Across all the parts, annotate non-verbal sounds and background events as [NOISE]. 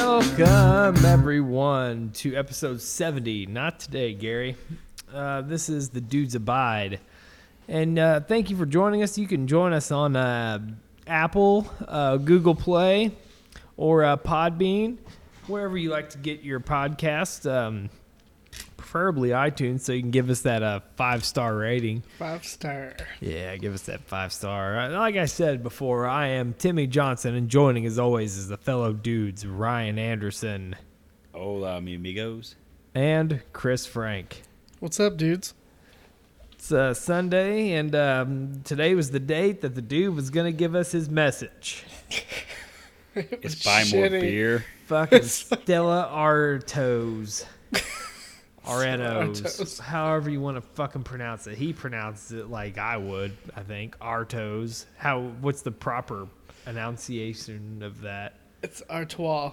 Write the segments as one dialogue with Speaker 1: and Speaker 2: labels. Speaker 1: Welcome, everyone, to episode 70. Not today, Gary. Uh, this is The Dudes Abide. And uh, thank you for joining us. You can join us on uh, Apple, uh, Google Play, or uh, Podbean, wherever you like to get your podcast, um, preferably iTunes, so you can give us that uh, five star rating.
Speaker 2: Five star.
Speaker 1: Yeah, give us that five star. Uh, Like I said before, I am Timmy Johnson, and joining as always is the fellow dudes Ryan Anderson
Speaker 3: Hola, mi amigos.
Speaker 1: and Chris Frank.
Speaker 2: What's up, dudes?
Speaker 1: It's uh, Sunday, and um, today was the date that the dude was gonna give us his message.
Speaker 2: It
Speaker 3: It's
Speaker 2: was
Speaker 3: buy more
Speaker 2: shitty.
Speaker 3: beer.
Speaker 1: Fucking Stella Artois. Artos.
Speaker 2: Artois.
Speaker 1: However you want to fucking pronounce it. He pronounces it like I would, I think. Artos. How what's the proper enunciation of that?
Speaker 2: It's Artois.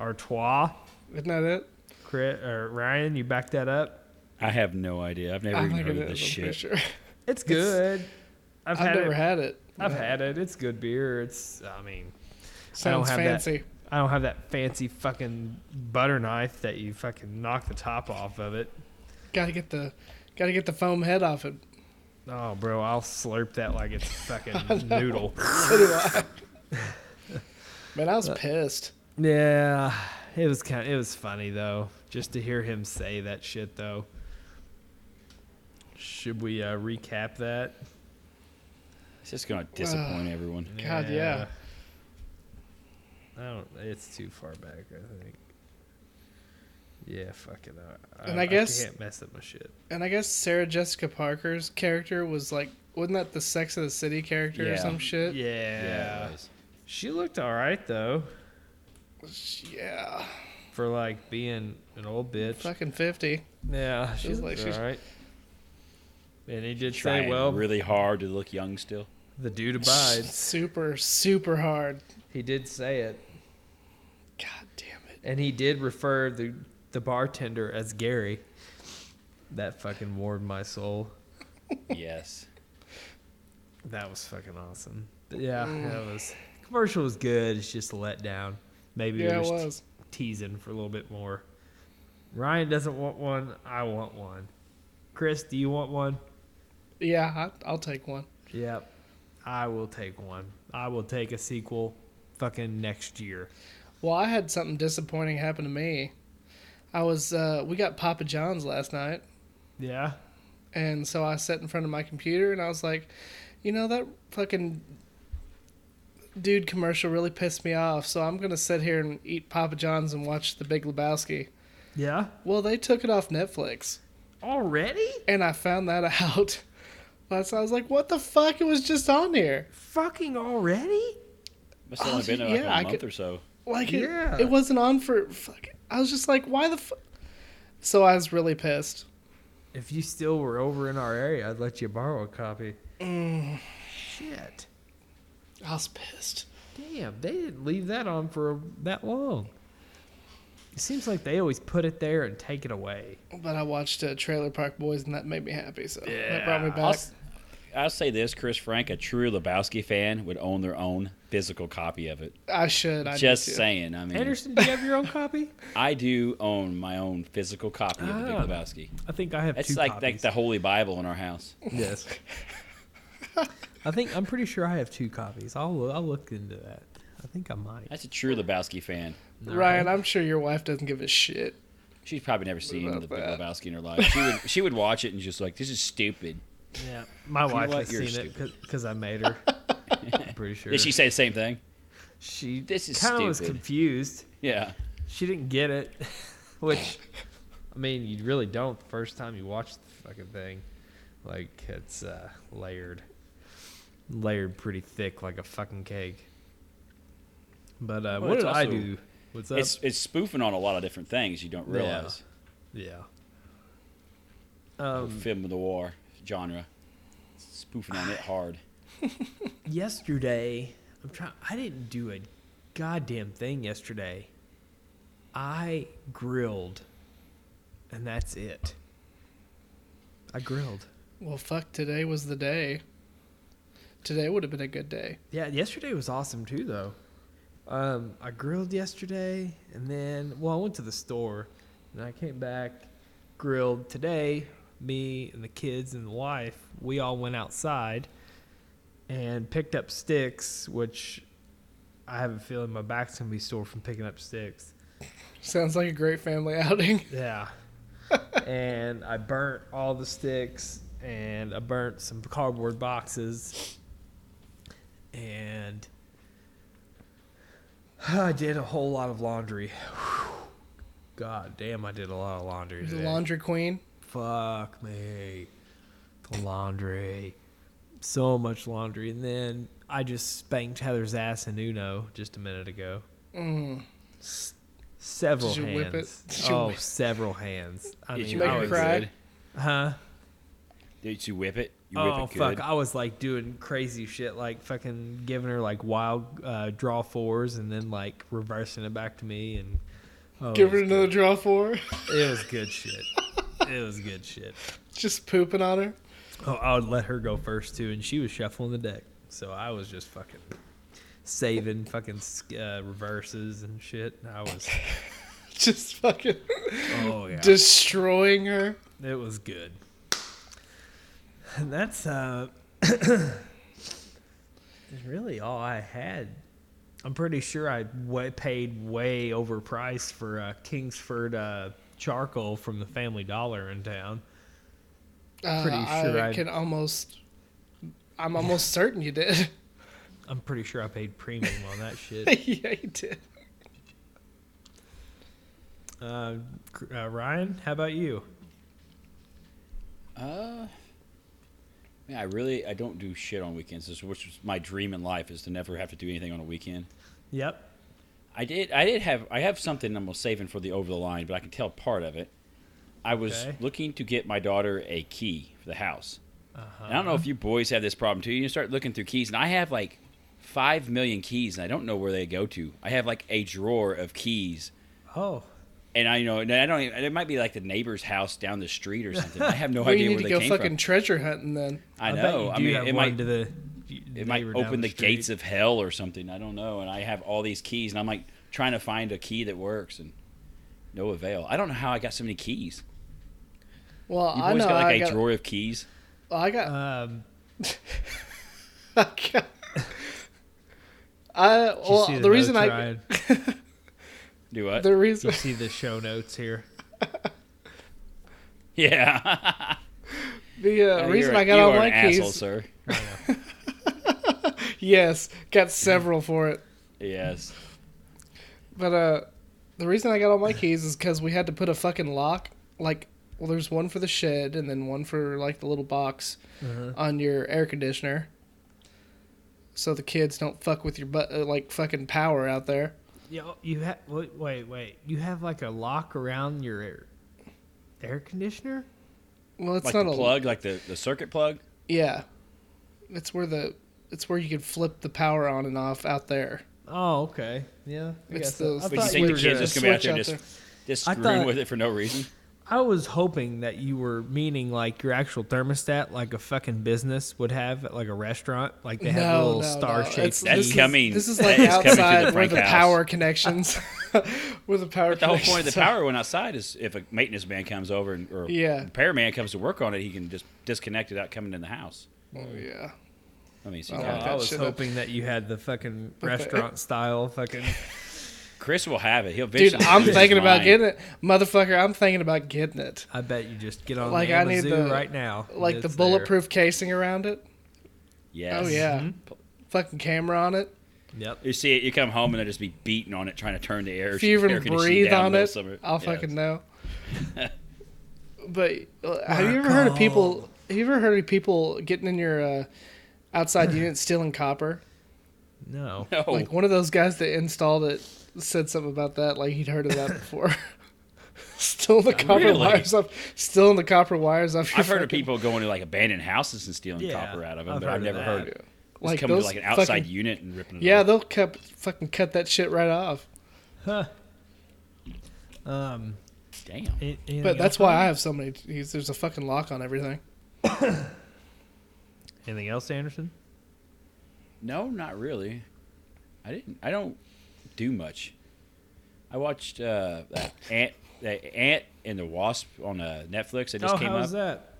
Speaker 1: Artois?
Speaker 2: Isn't that it?
Speaker 1: Chris, or Ryan, you back that up.
Speaker 3: I have no idea. I've never
Speaker 2: I'm
Speaker 3: even
Speaker 2: thinking it
Speaker 3: heard of this
Speaker 2: is, I'm pretty
Speaker 3: shit.
Speaker 2: sure.
Speaker 1: It's good. I've,
Speaker 2: [LAUGHS] I've,
Speaker 1: had
Speaker 2: never
Speaker 1: it.
Speaker 2: had it.
Speaker 1: I've had it. It's good beer. It's I mean,
Speaker 2: Sounds
Speaker 1: have that.
Speaker 2: fancy.
Speaker 1: I don't have that fancy fucking butter knife that you fucking knock the top off of it.
Speaker 2: Gotta get the gotta get the foam head off it. [LAUGHS]
Speaker 1: Oh, bro, I'll slurp that like it's fucking noodle.
Speaker 2: So do I. Man, I was pissed.
Speaker 1: Yeah, it was kind. it was funny though, just to hear him say that shit though. Should we uh, recap that?
Speaker 3: It's just gonna
Speaker 2: [SIGHS]
Speaker 3: disappoint everyone.
Speaker 2: God, yeah.
Speaker 1: I don't. It's too far back. I think. Yeah, fuck it. I,
Speaker 2: And I guess-
Speaker 1: can't mess up my shit.
Speaker 2: And I guess Sarah Jessica Parker's character was like wasn't that the Sex of the City character or
Speaker 3: Yeah.
Speaker 2: some
Speaker 1: Yeah.
Speaker 2: shit?
Speaker 3: Yeah, it was.
Speaker 1: She looked all right though,
Speaker 2: Yeah.
Speaker 1: for like being an old bitch.
Speaker 2: Fucking fifty.
Speaker 1: Yeah,
Speaker 2: She
Speaker 1: she
Speaker 2: was
Speaker 1: looked
Speaker 2: like- she's-
Speaker 1: all right. And he did
Speaker 3: Trying
Speaker 1: say, "Well,
Speaker 3: really hard to look
Speaker 1: [LAUGHS]
Speaker 3: young still.
Speaker 1: the dude
Speaker 3: [LAUGHS]
Speaker 1: abides."
Speaker 2: Super, super hard.
Speaker 1: He did say it,
Speaker 2: God damn it.
Speaker 1: and he did refer the the bartender as Gary. That fucking warmed my soul.
Speaker 3: Yes.
Speaker 1: That was fucking awesome. But yeah, that
Speaker 2: Mm.
Speaker 1: was commercial was good. It's just a letdown. Maybe it
Speaker 2: Yeah, it
Speaker 1: was,
Speaker 2: was.
Speaker 1: teasing for a little bit more. Ryan doesn't want one. I want one. Chris, do you want one?
Speaker 2: Yeah, I, I'll take one.
Speaker 1: Yep. I will take one. I will take a sequel, fucking next year.
Speaker 2: Well, I had something disappointing happen to me. I was uh, we got Papa John's last night,
Speaker 1: Yeah.
Speaker 2: and so I sat in front of my computer and I was like, you know that fucking dude commercial really pissed me off. So I'm gonna sit here and eat Papa John's and watch The Big Lebowski.
Speaker 1: Yeah.
Speaker 2: Well, they took it off Netflix,
Speaker 1: Already?
Speaker 2: and I found that [LAUGHS] out. Last I was like, what the fuck? It was just on there.
Speaker 1: Fucking already?
Speaker 3: Must have only
Speaker 2: Oh,
Speaker 3: been
Speaker 2: yeah,
Speaker 3: like a
Speaker 2: I
Speaker 3: month
Speaker 2: could-
Speaker 3: or so.
Speaker 2: Like it,
Speaker 1: Yeah.
Speaker 2: it wasn't on for fuck. I was just like, why the fuck? So I was really pissed.
Speaker 1: If you still were over in our area, I'd let you borrow a copy. Eh, Shit.
Speaker 2: I was pissed.
Speaker 1: Damn, they didn't leave that on for that long. It seems like they always put it there and take it away.
Speaker 2: But I watched uh, Trailer Park Boys and that made me happy. So that brought me
Speaker 3: I'll,
Speaker 2: back.
Speaker 3: s- I'll say this, Chris Frank, a true Lebowski fan would own their own physical copy of it.
Speaker 2: I should. I
Speaker 3: Just
Speaker 2: do too.
Speaker 3: saying. I mean,
Speaker 1: Anderson, do you have your own copy?
Speaker 3: I do own my own physical copy of the Big
Speaker 1: Ah.
Speaker 3: Lebowski.
Speaker 1: [LAUGHS] I think I have
Speaker 3: That's
Speaker 1: two
Speaker 3: like like
Speaker 1: copies.
Speaker 3: the Holy Bible in our house.
Speaker 1: yes. I think I'm pretty sure I have two copies. I'll I'll look into that. I think I might.
Speaker 3: That's a true Lebowski fan.
Speaker 2: Ryan, I'm sure your wife doesn't give a shit.
Speaker 3: She's probably never seen
Speaker 2: about
Speaker 3: the Big
Speaker 2: that?
Speaker 3: Lebowski in her life. She would she would watch it and just like this is stupid.
Speaker 1: Yeah, my wife
Speaker 3: what?
Speaker 1: has
Speaker 3: You're
Speaker 1: seen it because I made
Speaker 3: [LAUGHS]
Speaker 1: her. I'm pretty sure.
Speaker 3: Did she say the same thing?
Speaker 1: she
Speaker 3: This is
Speaker 1: kind of was
Speaker 3: stupid.
Speaker 1: confused.
Speaker 3: Yeah.
Speaker 1: She didn't get it, [LAUGHS] which I mean, you really don't the first time you watch the fucking thing. Like it's uh, layered, layered pretty thick like a fucking cake. But uh,
Speaker 3: Well,
Speaker 1: what
Speaker 3: it's
Speaker 1: did I
Speaker 3: also-
Speaker 1: do? What's up?
Speaker 3: It's it's spoofing on a lot of different things you don't realize.
Speaker 1: yeah. Um,
Speaker 3: The Film of the war genre. Spoofing on it hard.
Speaker 1: yesterday i'm trying i didn't do a goddamn thing yesterday i grilled and that's it i grilled
Speaker 2: Well, fuck. Today was the day. Today would have been a good day.
Speaker 1: yeah yesterday was awesome too though Um, I grilled yesterday, and then well, I went to the store, and I came back, grilled today. Me and the kids and the wife, we all went outside, and picked up sticks, which I have a feeling my back's gonna be sore from picking up sticks.
Speaker 2: Sounds like a great family [LAUGHS] outing.
Speaker 1: Yeah. [LAUGHS] and I burnt all the sticks and I burnt some cardboard boxes. And [SIGHS] I did a whole lot of laundry. [SIGHS] Whew. God damn, I did a lot of laundry
Speaker 2: The
Speaker 1: today.
Speaker 2: laundry queen.
Speaker 1: Fuck me. The laundry. So much laundry. And then I just spanked Heather's ass in Uno just a minute ago.
Speaker 2: Mm.
Speaker 1: Several
Speaker 2: Did you
Speaker 1: hands.
Speaker 2: whip it? Did you
Speaker 1: oh,
Speaker 2: [LAUGHS] whip-
Speaker 1: several hands. [SIGHS] I
Speaker 3: Did
Speaker 1: mean,
Speaker 3: you
Speaker 2: Make
Speaker 1: I
Speaker 2: her
Speaker 3: whip it
Speaker 1: was,
Speaker 2: cry?
Speaker 3: good?
Speaker 1: huh?
Speaker 3: Did you whip it? You whip
Speaker 1: oh
Speaker 3: it good.
Speaker 1: fuck! I was like doing crazy shit, like fucking giving her like wild uh, draw fours, and then like reversing it back to me, and oh,
Speaker 2: Give her
Speaker 1: it, was
Speaker 2: another draw four.
Speaker 1: good. it was good shit. It was good shit.
Speaker 2: [LAUGHS] Just pooping on her. [LAUGHS]
Speaker 1: Oh, I would let her go first too, and she was shuffling the deck, so I was just fucking saving fucking uh, reverses and shit. I was,
Speaker 2: Just fucking
Speaker 1: oh yeah.
Speaker 2: destroying her.
Speaker 1: It was good. And that's uh [COUGHS] that's really all I had. I'm pretty sure I wa paid way overpriced for uh, Kingsford uh, charcoal from the Family Dollar in town.
Speaker 2: Uh,
Speaker 1: Pretty sure
Speaker 2: I
Speaker 1: I-
Speaker 2: can almost.
Speaker 1: [LAUGHS]
Speaker 2: I'm almost certain you did. [LAUGHS]
Speaker 1: I'm pretty sure I paid premium on that shit.
Speaker 2: yeah, you did.
Speaker 1: Uh, cr- uh, Ryan, how about you?
Speaker 3: Uh, yeah, I really I don't do shit on weekends. This- Which is my dream in life is to never have to do anything on a weekend.
Speaker 1: Yep.
Speaker 3: I did. I did have. I have something I'm saving for the over the line, but I can tell part of it. I was
Speaker 1: Okay.
Speaker 3: looking to get my daughter a key for the house.
Speaker 1: Uh-huh.
Speaker 3: And I don't know if you boys have this problem too. You start looking through keys, and I have like five million keys, and I don't know where they go to. I have like a drawer of keys,
Speaker 1: Oh,
Speaker 3: and I you know, and I don't. Even, it might be like the neighbor's house down the street or something. I have
Speaker 1: [LAUGHS]
Speaker 3: no
Speaker 2: well,
Speaker 3: idea
Speaker 2: you need
Speaker 3: where
Speaker 2: to
Speaker 3: they
Speaker 2: go
Speaker 3: came
Speaker 2: fucking
Speaker 3: from.
Speaker 2: treasure hunting then.
Speaker 3: I
Speaker 1: bet you
Speaker 3: know. I,
Speaker 1: do
Speaker 3: mean,
Speaker 1: have
Speaker 3: it
Speaker 1: one
Speaker 3: might
Speaker 1: to the.
Speaker 3: it might
Speaker 1: neighbor down
Speaker 3: open the,
Speaker 1: street.
Speaker 3: gates of hell or something. I don't know. And I have all these keys, and I'm like trying to find a key that works, and no avail. I don't know how I got so many keys.
Speaker 2: Well,
Speaker 3: You
Speaker 2: I
Speaker 3: boys
Speaker 2: know.
Speaker 3: got like
Speaker 2: I,
Speaker 3: a
Speaker 2: got,
Speaker 3: drawer of keys.
Speaker 2: well, I got.
Speaker 1: Um,
Speaker 2: [LAUGHS]
Speaker 1: [LAUGHS]
Speaker 2: I got. I
Speaker 1: did you
Speaker 2: well
Speaker 1: see
Speaker 2: the,
Speaker 1: notes,
Speaker 2: reason I
Speaker 1: Ryan?
Speaker 3: Do what?
Speaker 2: the
Speaker 1: [LAUGHS]
Speaker 2: uh,
Speaker 1: Did you
Speaker 2: reason
Speaker 1: see the show notes [LAUGHS] here?
Speaker 3: [LAUGHS] yeah.
Speaker 2: the uh,
Speaker 3: You're [LAUGHS]
Speaker 2: reason
Speaker 3: a-
Speaker 2: I got
Speaker 3: you
Speaker 2: all
Speaker 3: are
Speaker 2: my
Speaker 3: an
Speaker 2: keys
Speaker 3: asshole, sir.
Speaker 2: [LAUGHS] yes got several for it
Speaker 3: Yes.
Speaker 2: But uh, the reason I got all
Speaker 1: [LAUGHS]
Speaker 2: my keys is because we had to put a fucking lock. Like, well, there's one for the shed and then one for like the little box
Speaker 1: Uh-huh.
Speaker 2: on your air conditioner, so the kids don't fuck with your butt uh, like fucking power out there.
Speaker 1: Yeah, oh, you have wait, wait, wait. You have like a lock around your air, air conditioner.
Speaker 2: Well, it's
Speaker 3: like
Speaker 2: not
Speaker 3: the
Speaker 2: a
Speaker 3: plug, like the, the circuit plug.
Speaker 2: Yeah, it's where the it's where you can flip the power on and off out there.
Speaker 1: Oh, okay. Yeah, I
Speaker 2: It's
Speaker 1: guess so.
Speaker 2: the-
Speaker 1: I
Speaker 2: But
Speaker 3: But you
Speaker 1: thought
Speaker 2: uh, Thought
Speaker 3: think
Speaker 1: you
Speaker 3: the
Speaker 1: were
Speaker 3: kids
Speaker 1: gonna-
Speaker 3: just gonna be out
Speaker 2: switch
Speaker 3: there
Speaker 2: out
Speaker 3: just
Speaker 2: there.
Speaker 3: just
Speaker 1: I
Speaker 3: screwing
Speaker 1: thought-
Speaker 3: with it for
Speaker 2: [LAUGHS]
Speaker 3: no reason?
Speaker 1: I was hoping that you were meaning like your actual thermostat, like a fucking business would have at like a restaurant, like they have
Speaker 2: No,
Speaker 1: a little
Speaker 2: no,
Speaker 1: star
Speaker 2: no.
Speaker 1: shaped.
Speaker 2: It's-
Speaker 3: That's
Speaker 2: this is-
Speaker 3: coming.
Speaker 2: This is
Speaker 3: [LAUGHS]
Speaker 2: like
Speaker 3: That is coming to the
Speaker 2: outside where
Speaker 3: Frank
Speaker 2: the
Speaker 3: house.
Speaker 2: power
Speaker 3: [LAUGHS]
Speaker 2: connections, [LAUGHS] where the power.
Speaker 3: The whole point of the
Speaker 2: connections are.
Speaker 3: power went outside is if a maintenance man comes over and, or
Speaker 2: Yeah.
Speaker 3: repair man comes to work on it, he can just disconnect it without coming in the house.
Speaker 2: Oh, yeah.
Speaker 3: I mean, so
Speaker 2: Oh,
Speaker 3: you
Speaker 1: Oh,
Speaker 3: kinda-
Speaker 2: that
Speaker 1: I was
Speaker 2: shit up.
Speaker 1: hoping that you had the fucking restaurant style fucking.
Speaker 3: Chris will have it. He'll
Speaker 2: Dude,
Speaker 3: eventually
Speaker 2: I'm
Speaker 3: lose his
Speaker 2: thinking about
Speaker 3: mind.
Speaker 2: getting it, motherfucker. I'm thinking about getting it.
Speaker 1: I bet you just get on
Speaker 2: Like,
Speaker 1: like
Speaker 2: I need the-
Speaker 1: right now. and
Speaker 2: Like the
Speaker 1: it's there.
Speaker 2: bulletproof casing around it.
Speaker 3: Yes.
Speaker 2: Oh yeah,
Speaker 3: Mm-hmm.
Speaker 2: fucking camera on it.
Speaker 1: Yep.
Speaker 3: You see it. You come home and they'll just be beating on it, trying to turn the air.
Speaker 2: If you
Speaker 3: air
Speaker 2: even
Speaker 3: conditioning
Speaker 2: breathe
Speaker 3: down
Speaker 2: on
Speaker 3: middle
Speaker 2: it,
Speaker 3: summer.
Speaker 2: I'll
Speaker 3: Yeah.
Speaker 2: fucking know. but uh, have you ever heard of people? Have you ever heard of people getting in your uh, outside unit stealing copper?
Speaker 1: No.
Speaker 3: [LAUGHS] No.
Speaker 2: Like one of those guys that installed it said something about that. Like he'd heard of that before. [LAUGHS] Still the copper
Speaker 3: Really?
Speaker 2: wires up. Still in the copper wires up. your
Speaker 3: I've heard of
Speaker 2: fucking-
Speaker 3: people going to like abandoned houses and stealing
Speaker 1: Yeah,
Speaker 3: copper out of them,
Speaker 1: I've
Speaker 3: but
Speaker 1: heard
Speaker 3: I've
Speaker 1: of
Speaker 3: never
Speaker 1: that.
Speaker 3: heard. Just
Speaker 2: Like
Speaker 3: coming to
Speaker 2: those
Speaker 3: like an outside
Speaker 2: fucking-
Speaker 3: unit and ripping. It
Speaker 2: Yeah,
Speaker 3: off.
Speaker 2: they'll cut fucking cut that shit right off.
Speaker 1: Huh. Um.
Speaker 3: Damn.
Speaker 1: a- anything
Speaker 2: But that's
Speaker 1: else,
Speaker 2: why
Speaker 1: Ryan?
Speaker 2: I have so many. keys. There's a fucking lock on everything.
Speaker 1: Anything else, Anderson?
Speaker 3: No, not really. I didn't. I don't. do much. I watched uh, that Ant, that Ant and the Wasp on uh, Netflix. It just
Speaker 1: oh,
Speaker 3: came
Speaker 1: how's
Speaker 3: up.
Speaker 1: that?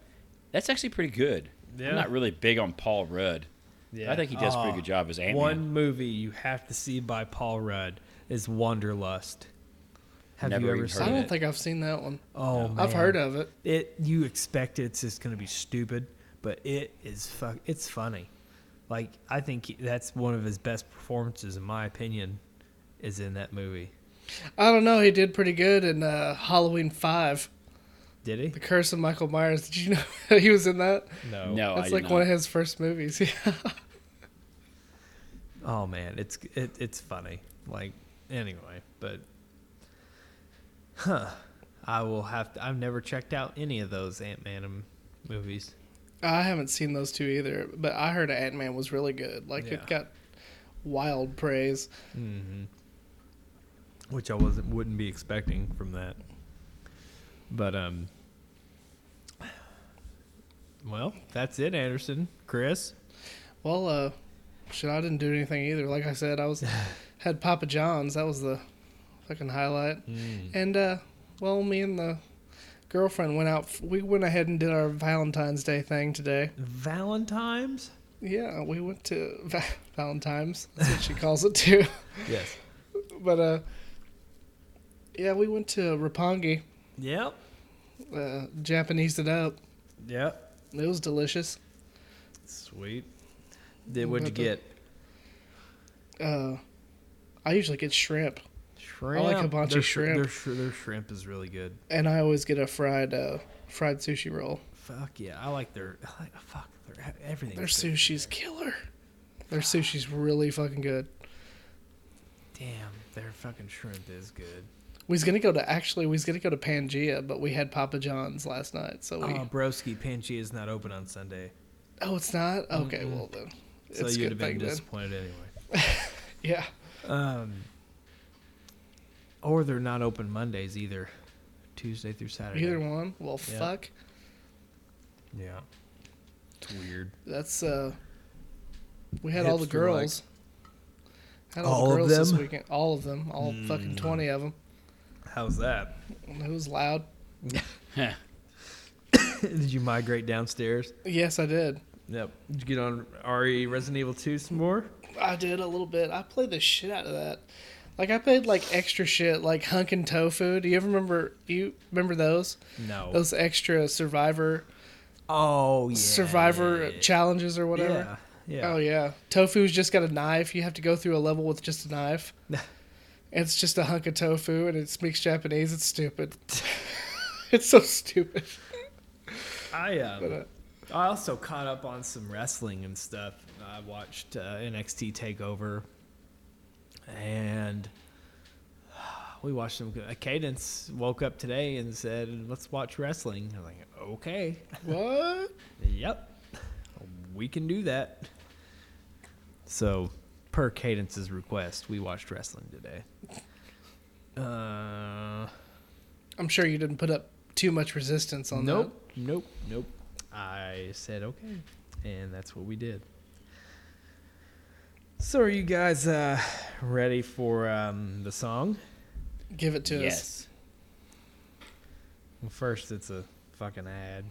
Speaker 3: That's actually pretty good.
Speaker 1: Yeah.
Speaker 3: I'm not really big on Paul Rudd.
Speaker 1: Yeah.
Speaker 3: I think he does a
Speaker 1: Oh,
Speaker 3: pretty good job as Ant.
Speaker 1: One movie you have to see by Paul Rudd is Wanderlust. Have
Speaker 3: Never
Speaker 1: you ever
Speaker 3: even
Speaker 1: seen
Speaker 2: I
Speaker 3: heard of
Speaker 1: it?
Speaker 3: it.
Speaker 2: don't think I've seen that one.
Speaker 1: Oh, man.
Speaker 2: I've heard of it.
Speaker 1: it. You expect it's just going to be stupid, but it is fuck. It's funny. Like I think he- that's one of his best performances, in my opinion, is in that movie.
Speaker 2: I don't know. He did pretty good in uh, Halloween Five,
Speaker 1: Did he?
Speaker 2: The Curse of Michael Myers. Did you know [LAUGHS] he was in that?
Speaker 1: No.
Speaker 3: No, I
Speaker 2: That's
Speaker 3: did
Speaker 2: like
Speaker 3: not.
Speaker 2: one of his first movies. [LAUGHS] Yeah.
Speaker 1: Oh man, it's it, it's funny. Like anyway, but huh? I will have to. I've never checked out any of those Ant Man movies.
Speaker 2: I haven't seen those two either, but I heard Ant Man was really good. Like
Speaker 1: Yeah.
Speaker 2: it got wild praise.
Speaker 1: Mm-hmm. which I wasn't wouldn't be expecting from that. But um, well, that's it, Anderson, Chris.
Speaker 2: Well, uh, shit, I didn't do anything either. Like I said, I was had Papa John's. That was the fucking highlight. And uh, well, me and the girlfriend went out. f- We went ahead and did our Valentine's Day thing today.
Speaker 1: Valentine's.
Speaker 2: Yeah, we went to [LAUGHS] Va- Valentine's. That's what she calls it too. [LAUGHS]
Speaker 1: Yes.
Speaker 2: but uh, yeah, we went to Roppongi.
Speaker 1: Yep.
Speaker 2: Uh, Japanese it up.
Speaker 1: Yep.
Speaker 2: It was delicious.
Speaker 1: Sweet. Then what'd you
Speaker 2: What the-
Speaker 1: get?
Speaker 2: Uh, I usually get shrimp,
Speaker 1: Shrimp.
Speaker 2: hibachi
Speaker 1: their,
Speaker 2: shrimp.
Speaker 1: Their, sh- their shrimp is really good.
Speaker 2: and I always get a fried uh, fried sushi roll.
Speaker 1: Fuck yeah, I like their. I like, fuck their everything.
Speaker 2: Their
Speaker 1: is good.
Speaker 2: sushi's killer. Their sushi's really fucking good.
Speaker 1: Damn, their fucking shrimp is good.
Speaker 2: We was gonna go to actually we was gonna go to Pangea, but we had Papa John's last night, so
Speaker 1: Oh,
Speaker 2: we.
Speaker 1: broski, Panchi is not open on Sunday,
Speaker 2: oh, it's not okay. Well then, it's
Speaker 1: so
Speaker 2: a
Speaker 1: you'd
Speaker 2: good
Speaker 1: have
Speaker 2: thing
Speaker 1: been
Speaker 2: then.
Speaker 1: disappointed anyway.
Speaker 2: [LAUGHS] Yeah,
Speaker 1: Um, or they're not open Mondays either, Tuesday through Saturday.
Speaker 2: either one. Well,
Speaker 1: Yeah.
Speaker 2: fuck.
Speaker 1: Yeah, it's weird.
Speaker 2: That's uh. We had all the
Speaker 1: Hipster-like.
Speaker 2: girls. Had all,
Speaker 1: All
Speaker 2: the
Speaker 1: of
Speaker 2: girls this
Speaker 1: them? Mm.
Speaker 2: weekend. All of them. All fucking twenty of them.
Speaker 1: How's that? [LAUGHS]
Speaker 2: It was loud.
Speaker 1: Did you migrate downstairs?
Speaker 2: Yes, I did.
Speaker 1: Yep. Did you get on RE Resident Evil Two some more?
Speaker 2: I did a little bit. I played the shit out of that. Like I played like extra shit, like hunkin' tofu. Do you ever remember? You remember those?
Speaker 1: No.
Speaker 2: Those extra Survivor
Speaker 1: oh yeah.
Speaker 2: Survivor challenges or whatever.
Speaker 1: Yeah. yeah.
Speaker 2: Oh yeah. Tofu's just got a knife. You have to go through a level with just
Speaker 1: [LAUGHS]
Speaker 2: a knife. And it's just a hunk of tofu, and it speaks Japanese. It's stupid. [LAUGHS] it's so stupid.
Speaker 1: I
Speaker 2: But,
Speaker 1: um,
Speaker 2: uh,
Speaker 1: I also caught up on some wrestling and stuff. I watched uh, NXT Takeover, and [SIGHS] we watched some. good- Cadence woke up today and said, "Let's watch wrestling." I was like, "Okay,
Speaker 2: what?
Speaker 1: yep, we can do that." So, per Cadence's request, we watched wrestling today. Uh,
Speaker 2: I'm sure you didn't put up too much resistance on
Speaker 1: nope, nope, nope. I said okay, and that's what we did. So, are you guys uh, ready for um, the song?
Speaker 2: that. Give it to us.
Speaker 3: yes.
Speaker 1: Well, first, it's a fucking ad.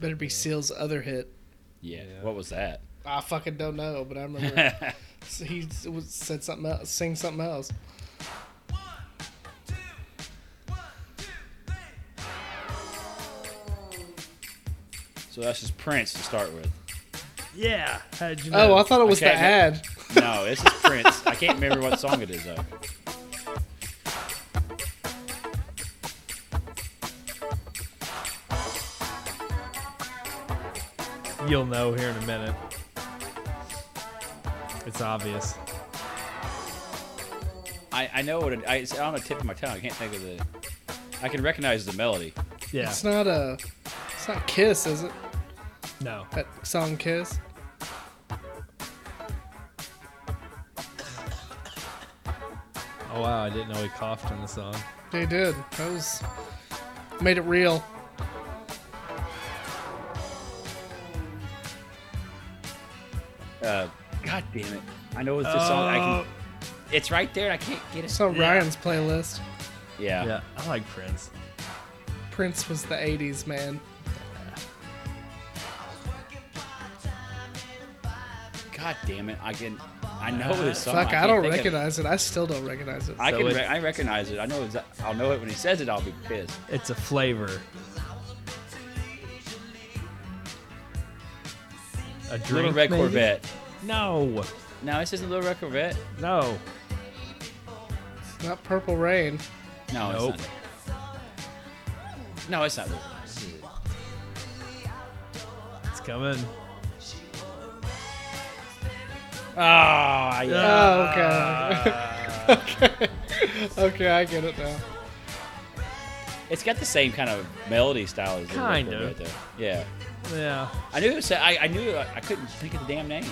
Speaker 2: Better be Seal's other hit.
Speaker 3: Yeah.
Speaker 1: Yeah.
Speaker 3: What was that?
Speaker 2: I fucking don't know, but I
Speaker 3: [LAUGHS]
Speaker 2: remember he was, said something else, sing something else.
Speaker 3: So that's just Prince to start with.
Speaker 1: Yeah. How did you
Speaker 2: Oh, I thought it was
Speaker 3: Okay,
Speaker 2: the
Speaker 3: no-
Speaker 2: ad.
Speaker 3: No, this is Prince. I can't remember what song it is though.
Speaker 1: You'll know here in a minute. It's obvious.
Speaker 3: I, I know what it, I, it's on the tip of my tongue. I can't think of the. I can recognize the melody.
Speaker 1: Yeah.
Speaker 2: It's not a, it's not Kiss, is it?
Speaker 1: no.
Speaker 2: That song Kiss.
Speaker 1: Oh wow, I didn't know he coughed in the song.
Speaker 2: They did. That was made it real.
Speaker 3: Uh, God damn it! I know it's the song. I can. it's right there. I can't get it.
Speaker 2: It's on Ryan's playlist.
Speaker 3: Yeah.
Speaker 1: Yeah, Oh. I like Prince.
Speaker 2: Prince was the 80s, man.
Speaker 3: God damn it! I can. I know this song.
Speaker 2: Fuck, I,
Speaker 3: can't
Speaker 2: don't
Speaker 3: think of-
Speaker 2: recognize it. I still don't recognize it.
Speaker 3: I
Speaker 1: So
Speaker 3: can.
Speaker 1: it's-
Speaker 3: Re- I recognize it. I know. It's, I'll know it when he says it. I'll be pissed.
Speaker 1: It's a flavor. A drink,
Speaker 3: Little Red
Speaker 1: maybe?
Speaker 3: Corvette.
Speaker 1: No,
Speaker 3: No, this isn't Little Red Corvette.
Speaker 1: no.
Speaker 2: It's not Purple Rain. [LAUGHS]
Speaker 3: No,
Speaker 1: Nope.
Speaker 3: it's not. No, it's not. Little-
Speaker 1: It's coming.
Speaker 3: Oh, yeah.
Speaker 2: Oh,
Speaker 1: Oh,
Speaker 2: okay. okay. okay, I get it now.
Speaker 3: It's got the same kind of melody style as Little Red
Speaker 1: Kind of.
Speaker 3: Corvette, though. Yeah.
Speaker 1: [LAUGHS] Yeah.
Speaker 3: I knew. It was, I, I knew. uh, I couldn't think of the damn name.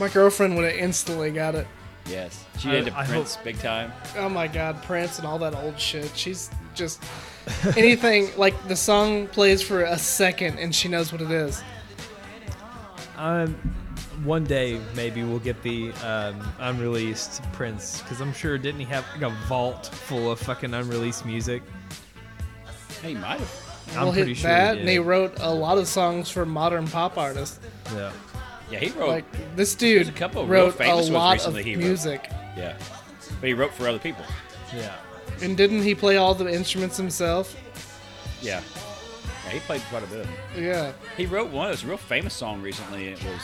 Speaker 2: My girlfriend would have instantly got it.
Speaker 3: Yes. She
Speaker 1: I-
Speaker 3: did to
Speaker 1: I
Speaker 3: Prince big time.
Speaker 2: Oh my God, Prince and all that old shit. She's just
Speaker 1: [LAUGHS]
Speaker 2: anything like the song plays for a second and she knows what it is.
Speaker 1: Um, one day maybe we'll get the um, unreleased Prince because I'm sure didn't he have like a vault full of fucking unreleased music?
Speaker 3: Hey, you might have.
Speaker 1: I'm
Speaker 2: We'll
Speaker 1: pretty
Speaker 2: hit
Speaker 1: sure
Speaker 2: that,
Speaker 1: he
Speaker 2: and he
Speaker 1: did.
Speaker 2: wrote a lot of songs for modern pop artists.
Speaker 1: Yeah.
Speaker 3: Yeah, he wrote.
Speaker 2: Like this dude
Speaker 3: Oh, a couple of real
Speaker 2: wrote a
Speaker 3: famous ones
Speaker 2: lot of
Speaker 3: recently he wrote.
Speaker 2: music,
Speaker 3: yeah. But he wrote for other people.
Speaker 1: Yeah.
Speaker 2: and didn't he play all the instruments himself?
Speaker 3: Yeah. Yeah, he played quite a bit. of them.
Speaker 2: Yeah,
Speaker 3: He wrote one. It was a real famous song recently, and it was.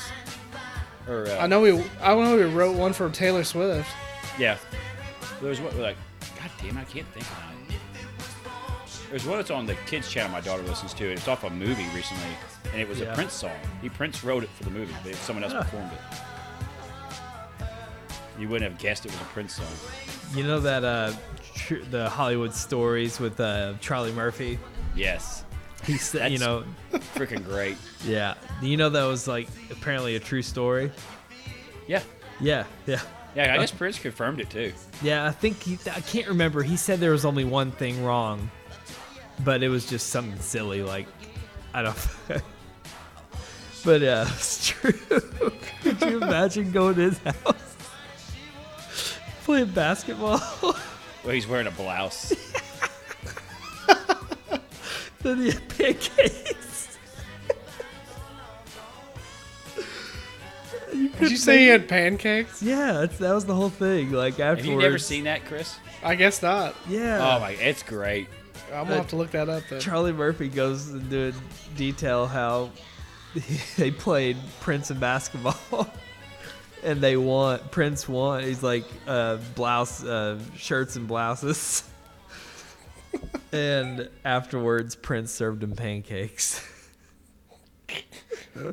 Speaker 3: Or uh,
Speaker 2: I know he. I know he wrote one for Taylor Swift.
Speaker 3: Yeah. There was one like, God damn, it, I can't think of it. There's one that's on the kids' channel my daughter listens to. It's off a movie recently, and it was
Speaker 1: Yeah.
Speaker 3: a Prince song. He Prince wrote it for the movie, but someone else
Speaker 1: Huh.
Speaker 3: performed it. You wouldn't have guessed it was a Prince song.
Speaker 1: You know that uh, tr- the Hollywood stories with uh, Charlie Murphy.
Speaker 3: Yes.
Speaker 1: He said, you
Speaker 3: That's-
Speaker 1: know, [LAUGHS]
Speaker 3: Freaking great.
Speaker 1: yeah. You know that was like apparently a true story.
Speaker 3: Yeah.
Speaker 1: Yeah. Yeah.
Speaker 3: Yeah, I guess Prince confirmed it too.
Speaker 1: Yeah, I think he, I can't remember. He said there was only one thing wrong, but it was just something silly. Like I don't. [LAUGHS] but uh, [LAUGHS] it's true. Could you imagine going to his house, [LAUGHS] playing basketball? [LAUGHS]
Speaker 3: Well, he's wearing a blouse.
Speaker 1: then he had pancakes.
Speaker 2: Did you say he had pancakes?
Speaker 1: Yeah, that's, that was the whole thing. Like afterwards.
Speaker 3: have you never seen that, Chris?
Speaker 2: I guess not.
Speaker 1: Yeah.
Speaker 3: Oh my, it's great.
Speaker 2: I'm gonna have to look that up. Then.
Speaker 1: Charlie Murphy goes into detail how [LAUGHS] they played Prince and basketball, [LAUGHS] and they won. Prince won. He's like uh, blouse, uh, shirts and blouses, [LAUGHS] and afterwards Prince served him pancakes. [LAUGHS]
Speaker 2: [LAUGHS]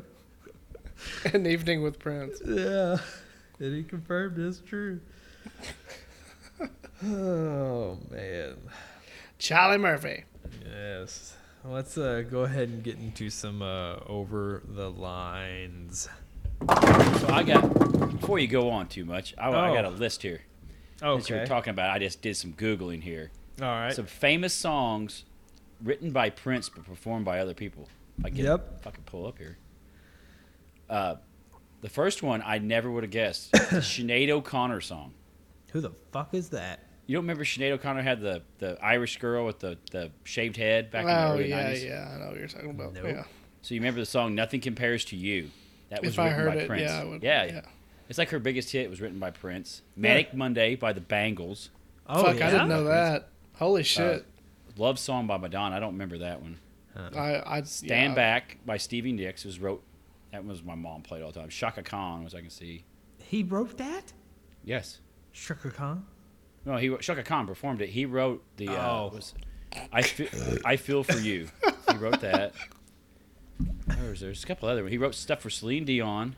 Speaker 2: An evening with Prince.
Speaker 1: yeah, and he confirmed it's true. [LAUGHS] Oh man,
Speaker 2: Charlie Murphy.
Speaker 1: yes. Let's uh, go ahead and get into some uh, over the lines.
Speaker 3: So I got, before you go on too much, I, I
Speaker 1: Oh.
Speaker 3: got a list here.
Speaker 2: Oh,
Speaker 3: Since you were talking about it, I just did some Googling here.
Speaker 1: All right.
Speaker 3: Some famous songs written by Prince but performed by other people. If I can,
Speaker 1: Yep.
Speaker 3: if I can pull up here. Uh, the first one I never would
Speaker 2: [COUGHS]
Speaker 3: have guessed. the Sinead O'Connor song.
Speaker 1: Who the fuck is that?
Speaker 3: You don't remember Sinead O'Connor had the, the Irish girl with the, the shaved head back in the
Speaker 2: Oh
Speaker 3: early
Speaker 2: yeah,
Speaker 3: 90s?
Speaker 2: yeah. I know what you're talking about.
Speaker 1: Nope.
Speaker 2: Yeah.
Speaker 3: So you remember the song Nothing Compares to You? That was
Speaker 2: If I
Speaker 3: written
Speaker 2: heard
Speaker 3: by
Speaker 2: it,
Speaker 3: Prince.
Speaker 2: yeah, I would-
Speaker 3: yeah,
Speaker 2: yeah.
Speaker 3: It's like her biggest hit was written by Prince. Manic Monday by the Bangles.
Speaker 1: Oh,
Speaker 2: Fuck,
Speaker 1: yeah?
Speaker 2: I didn't know that. Holy shit.
Speaker 3: Love Song by Madonna. I don't remember that one.
Speaker 2: uh, I, I
Speaker 3: Stand
Speaker 2: yeah.
Speaker 3: Back by Stevie Nicks was wrote. That was my mom played all the time. Shaka Khan, as I can see.
Speaker 1: He wrote that?
Speaker 3: Yes.
Speaker 1: Shaka Khan?
Speaker 3: No, he Shaka Khan performed it. He wrote the. Uh,
Speaker 1: Oh.
Speaker 3: was- I feel, I feel for you. He wrote that. There's, there's a couple other. He wrote stuff for Celine Dion.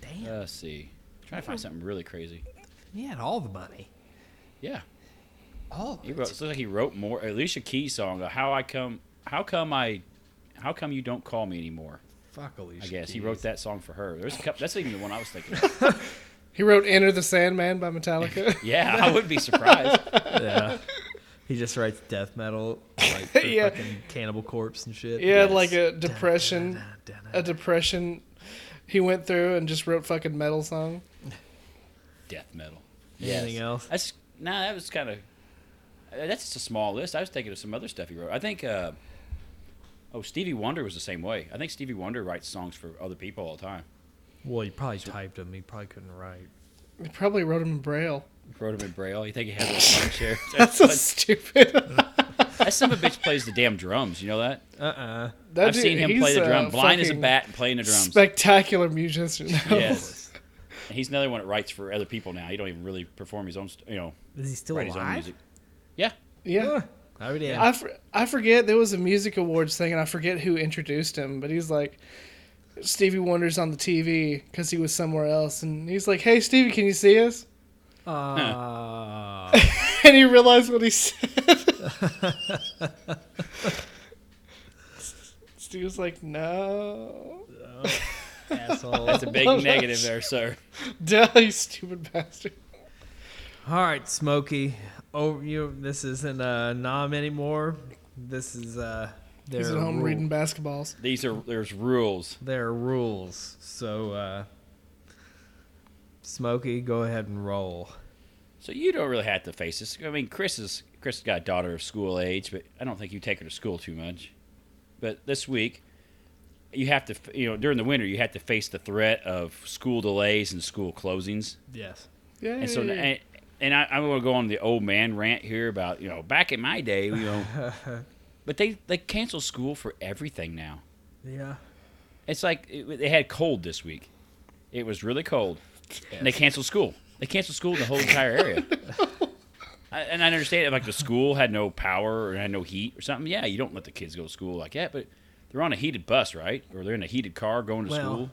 Speaker 1: Damn.
Speaker 3: Uh, let's see. trying to find something really crazy.
Speaker 1: He had all the money.
Speaker 3: Yeah,
Speaker 1: All of
Speaker 3: he
Speaker 1: it.
Speaker 3: wrote. It looks like he wrote more. Alicia Keys song. uh, How I come. How come I. How come you don't call me anymore?
Speaker 1: Fuck Alicia
Speaker 3: I guess he
Speaker 1: Keys.
Speaker 3: wrote that song for her. There's a couple, that's even the one I was thinking.
Speaker 1: [LAUGHS]
Speaker 3: Of.
Speaker 2: He wrote Enter the Sandman by Metallica. [LAUGHS]
Speaker 3: Yeah, I would be surprised.
Speaker 1: Yeah. he just writes death
Speaker 3: [LAUGHS]
Speaker 1: metal, like for
Speaker 2: Yeah.
Speaker 1: fucking Cannibal Corpse and shit.
Speaker 2: he had like a depression. A depression he went through and just wrote fucking metal song.
Speaker 3: death metal.
Speaker 1: Anything else?
Speaker 3: That's no, that was kind of that's just a small list. I was thinking of some other stuff he wrote. I think uh, oh Stevie Wonder was the same way. I think Stevie Wonder writes songs for other people all the time.
Speaker 1: Well, you probably typed them. You probably couldn't write.
Speaker 2: They probably wrote him in braille.
Speaker 3: Wrote him in braille. You think he had a little chair?
Speaker 2: [LAUGHS] That's so stupid.
Speaker 3: That son of a bitch plays the damn drums. You know that?
Speaker 1: Uh uh
Speaker 2: [LAUGHS] That
Speaker 3: I've
Speaker 2: dude-
Speaker 3: seen him
Speaker 2: he's
Speaker 3: play the
Speaker 2: a
Speaker 3: drum. Blind as a
Speaker 2: fucking
Speaker 3: bat and playing the drums.
Speaker 2: Spectacular musician.
Speaker 3: yes. And he's another one that writes for other people now. He don't even really perform his own. st- You know,
Speaker 1: Is he still
Speaker 3: write his own
Speaker 1: alive?
Speaker 3: music. Yeah.
Speaker 2: [LAUGHS] yeah.
Speaker 1: Oh, yeah.
Speaker 2: I, for, I forget there was a music awards thing and I forget who introduced him, but he's like Stevie Wonder's on the TV because he was somewhere else, and he's like, "Hey Stevie, can you see us?"
Speaker 1: Uh,
Speaker 2: [LAUGHS] And he realized what he said. Steve's like, "No, [LAUGHS]
Speaker 1: asshole.
Speaker 3: That's a big negative there, sir.
Speaker 2: duh, you stupid bastard."
Speaker 1: All right, Smokey. Oh, you. This isn't a nom anymore. This is uh. Their
Speaker 2: He's at home
Speaker 1: rule-
Speaker 2: reading basketballs.
Speaker 3: These are there's rules.
Speaker 1: Their rules. So, uh, Smokey, go ahead and roll.
Speaker 3: So you don't really have to face this. I mean, Chris is Chris has got a daughter of school age, but I don't think you take her to school too much. But this week, you have to, f- you know, during the winter, you have to face the threat of school delays and school closings.
Speaker 1: Yes.
Speaker 2: Yeah.
Speaker 3: And so, and, and I, I'm going to go on the old man rant here about, you know, back in my day, you know, but they they cancel school for everything now.
Speaker 1: Yeah.
Speaker 3: It's like it, they had cold this week. It was really cold, and they canceled school. They canceled school in the whole
Speaker 1: [LAUGHS]
Speaker 3: entire area. I, and I understand it, like the school had no power or had no heat or something. Yeah, you don't let the kids go to school like that, but they're on a heated bus, right? Or they're in a heated car going to
Speaker 1: Well-
Speaker 3: school.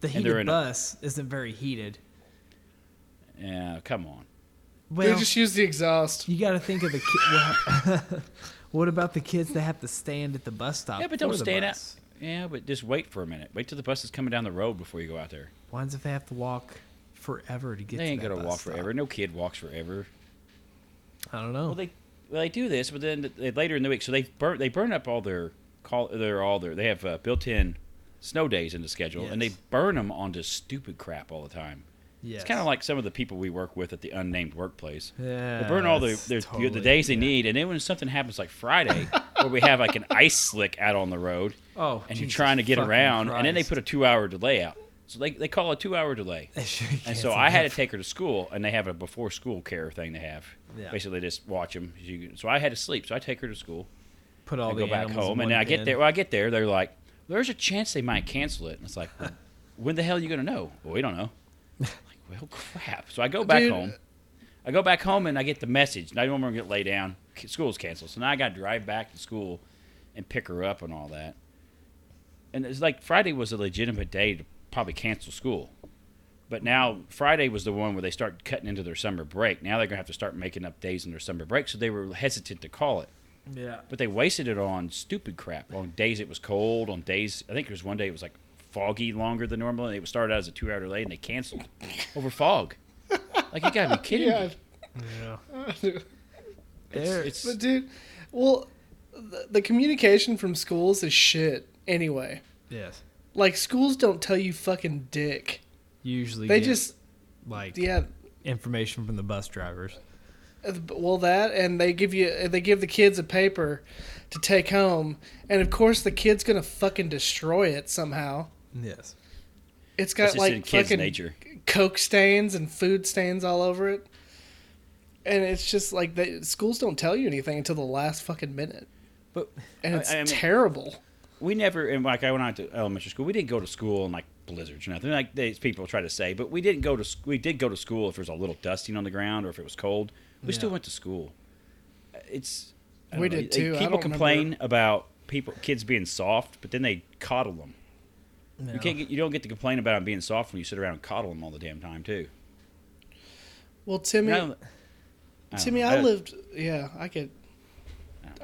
Speaker 1: The
Speaker 3: And they're
Speaker 1: heated
Speaker 3: in a-
Speaker 1: bus isn't very heated.
Speaker 3: Yeah, come on.
Speaker 1: Well,
Speaker 2: they just use the exhaust.
Speaker 1: you got to think of the. Ki- [LAUGHS] well, what about the kids that have to stand at the bus stop?
Speaker 3: Yeah, but
Speaker 1: for
Speaker 3: don't
Speaker 1: the
Speaker 3: stand out.
Speaker 1: bus?
Speaker 3: Yeah, but just wait for a minute. Wait till the bus is coming down the road before you go out there.
Speaker 1: Why does if they have to walk forever to get?
Speaker 3: They
Speaker 1: to
Speaker 3: ain't
Speaker 1: that
Speaker 3: gonna
Speaker 1: bus
Speaker 3: walk
Speaker 1: stop?
Speaker 3: forever. No kid walks forever.
Speaker 1: I don't know.
Speaker 3: Well, they well they do this, but then th- they, later in the week, so they burn they burn up all their call their all their they have uh, built-in snow days in the schedule, and they
Speaker 1: Yes.
Speaker 3: burn them onto stupid crap all the time.
Speaker 1: yes.
Speaker 3: It's kind of like some of the people we work with at the unnamed workplace.
Speaker 1: Yeah,
Speaker 3: They burn all the
Speaker 1: that's
Speaker 3: their, the
Speaker 1: totally-
Speaker 3: days they
Speaker 1: yeah.
Speaker 3: need, and then when something happens like Friday, where we have like an ice slick out on the road,
Speaker 1: Oh,
Speaker 3: and you're
Speaker 1: Jesus
Speaker 3: trying to get
Speaker 1: fucking
Speaker 3: around, and then they
Speaker 1: Christ. [LAUGHS]
Speaker 3: put a two-hour delay out. So they, they call a two-hour delay.
Speaker 1: They should [LAUGHS] have
Speaker 3: And so
Speaker 1: canceled
Speaker 3: I had
Speaker 1: that.
Speaker 3: to take her to school, and they have a before school care thing they have.
Speaker 1: Yeah.
Speaker 3: Basically, they just watch them. So I had to sleep. So I take her to school.
Speaker 1: put all
Speaker 3: I
Speaker 1: the
Speaker 3: go back
Speaker 1: animals in
Speaker 3: home,
Speaker 1: one
Speaker 3: and I get
Speaker 1: pen.
Speaker 3: there. Well, I get there. They're like, "There's a chance they might cancel it." And it's like, well, "When the hell are you gonna know?" Well,
Speaker 1: [LAUGHS]
Speaker 3: we don't know. like, well, crap. So I go back
Speaker 2: Dude.
Speaker 3: home. I go back home, and I get the message. Now I'm gonna get laid down. K- School's canceled. So now I got to drive back to school and pick her up and all that. And it's like Friday was a legitimate day to probably cancel school. But now Friday was the one where they start cutting into their summer break. Now they're gonna have to start making up days in their summer break. So they were hesitant to call it
Speaker 1: Yeah.
Speaker 3: but they wasted it on stupid crap. On days it was cold. On days I think there was one day it was like foggy longer than normal, and it started out as a two-hour delay, and they canceled over fog. Like you gotta be
Speaker 2: [LAUGHS]
Speaker 3: kidding
Speaker 2: Yeah.
Speaker 3: me!
Speaker 1: Yeah.
Speaker 3: It's-
Speaker 1: There-
Speaker 2: [LAUGHS]
Speaker 3: It's,
Speaker 2: But dude, well, the, the communication from schools is shit anyway.
Speaker 1: Yes.
Speaker 2: Like schools don't tell you fucking dick.
Speaker 1: Usually
Speaker 2: They
Speaker 1: get,
Speaker 2: just
Speaker 1: like
Speaker 2: yeah,
Speaker 1: information from the bus drivers.
Speaker 2: uh, well that and they give you they give the kids a paper to take home, and of course the kid's gonna fucking destroy it somehow.
Speaker 1: Yes.
Speaker 2: It's got
Speaker 3: it's just
Speaker 2: like
Speaker 3: in kids'
Speaker 2: fucking
Speaker 3: nature.
Speaker 2: coke stains and food stains all over it. And it's just like they, schools don't tell you anything until the last fucking minute,
Speaker 3: But
Speaker 2: and it's
Speaker 3: I, I mean,
Speaker 2: terrible.
Speaker 3: we never and like I went out to elementary school. We didn't go to school in like blizzards or nothing like these people try to say. But we didn't go to sc- we did go to school if there was a little dusting on the ground or if it was cold. We still
Speaker 1: Yeah.
Speaker 3: went to school. It's I
Speaker 2: We
Speaker 3: don't
Speaker 2: did
Speaker 3: they-
Speaker 2: too. I
Speaker 3: People
Speaker 2: don't
Speaker 3: complain
Speaker 2: remember.
Speaker 3: about people kids being soft, but then they coddle them. You can't get, you don't get to complain about them being soft when you sit around and coddle them all the damn time too.
Speaker 2: Well, Timmy,
Speaker 3: I don't- I don't
Speaker 2: Timmy,
Speaker 3: know.
Speaker 2: I lived. Yeah, I could.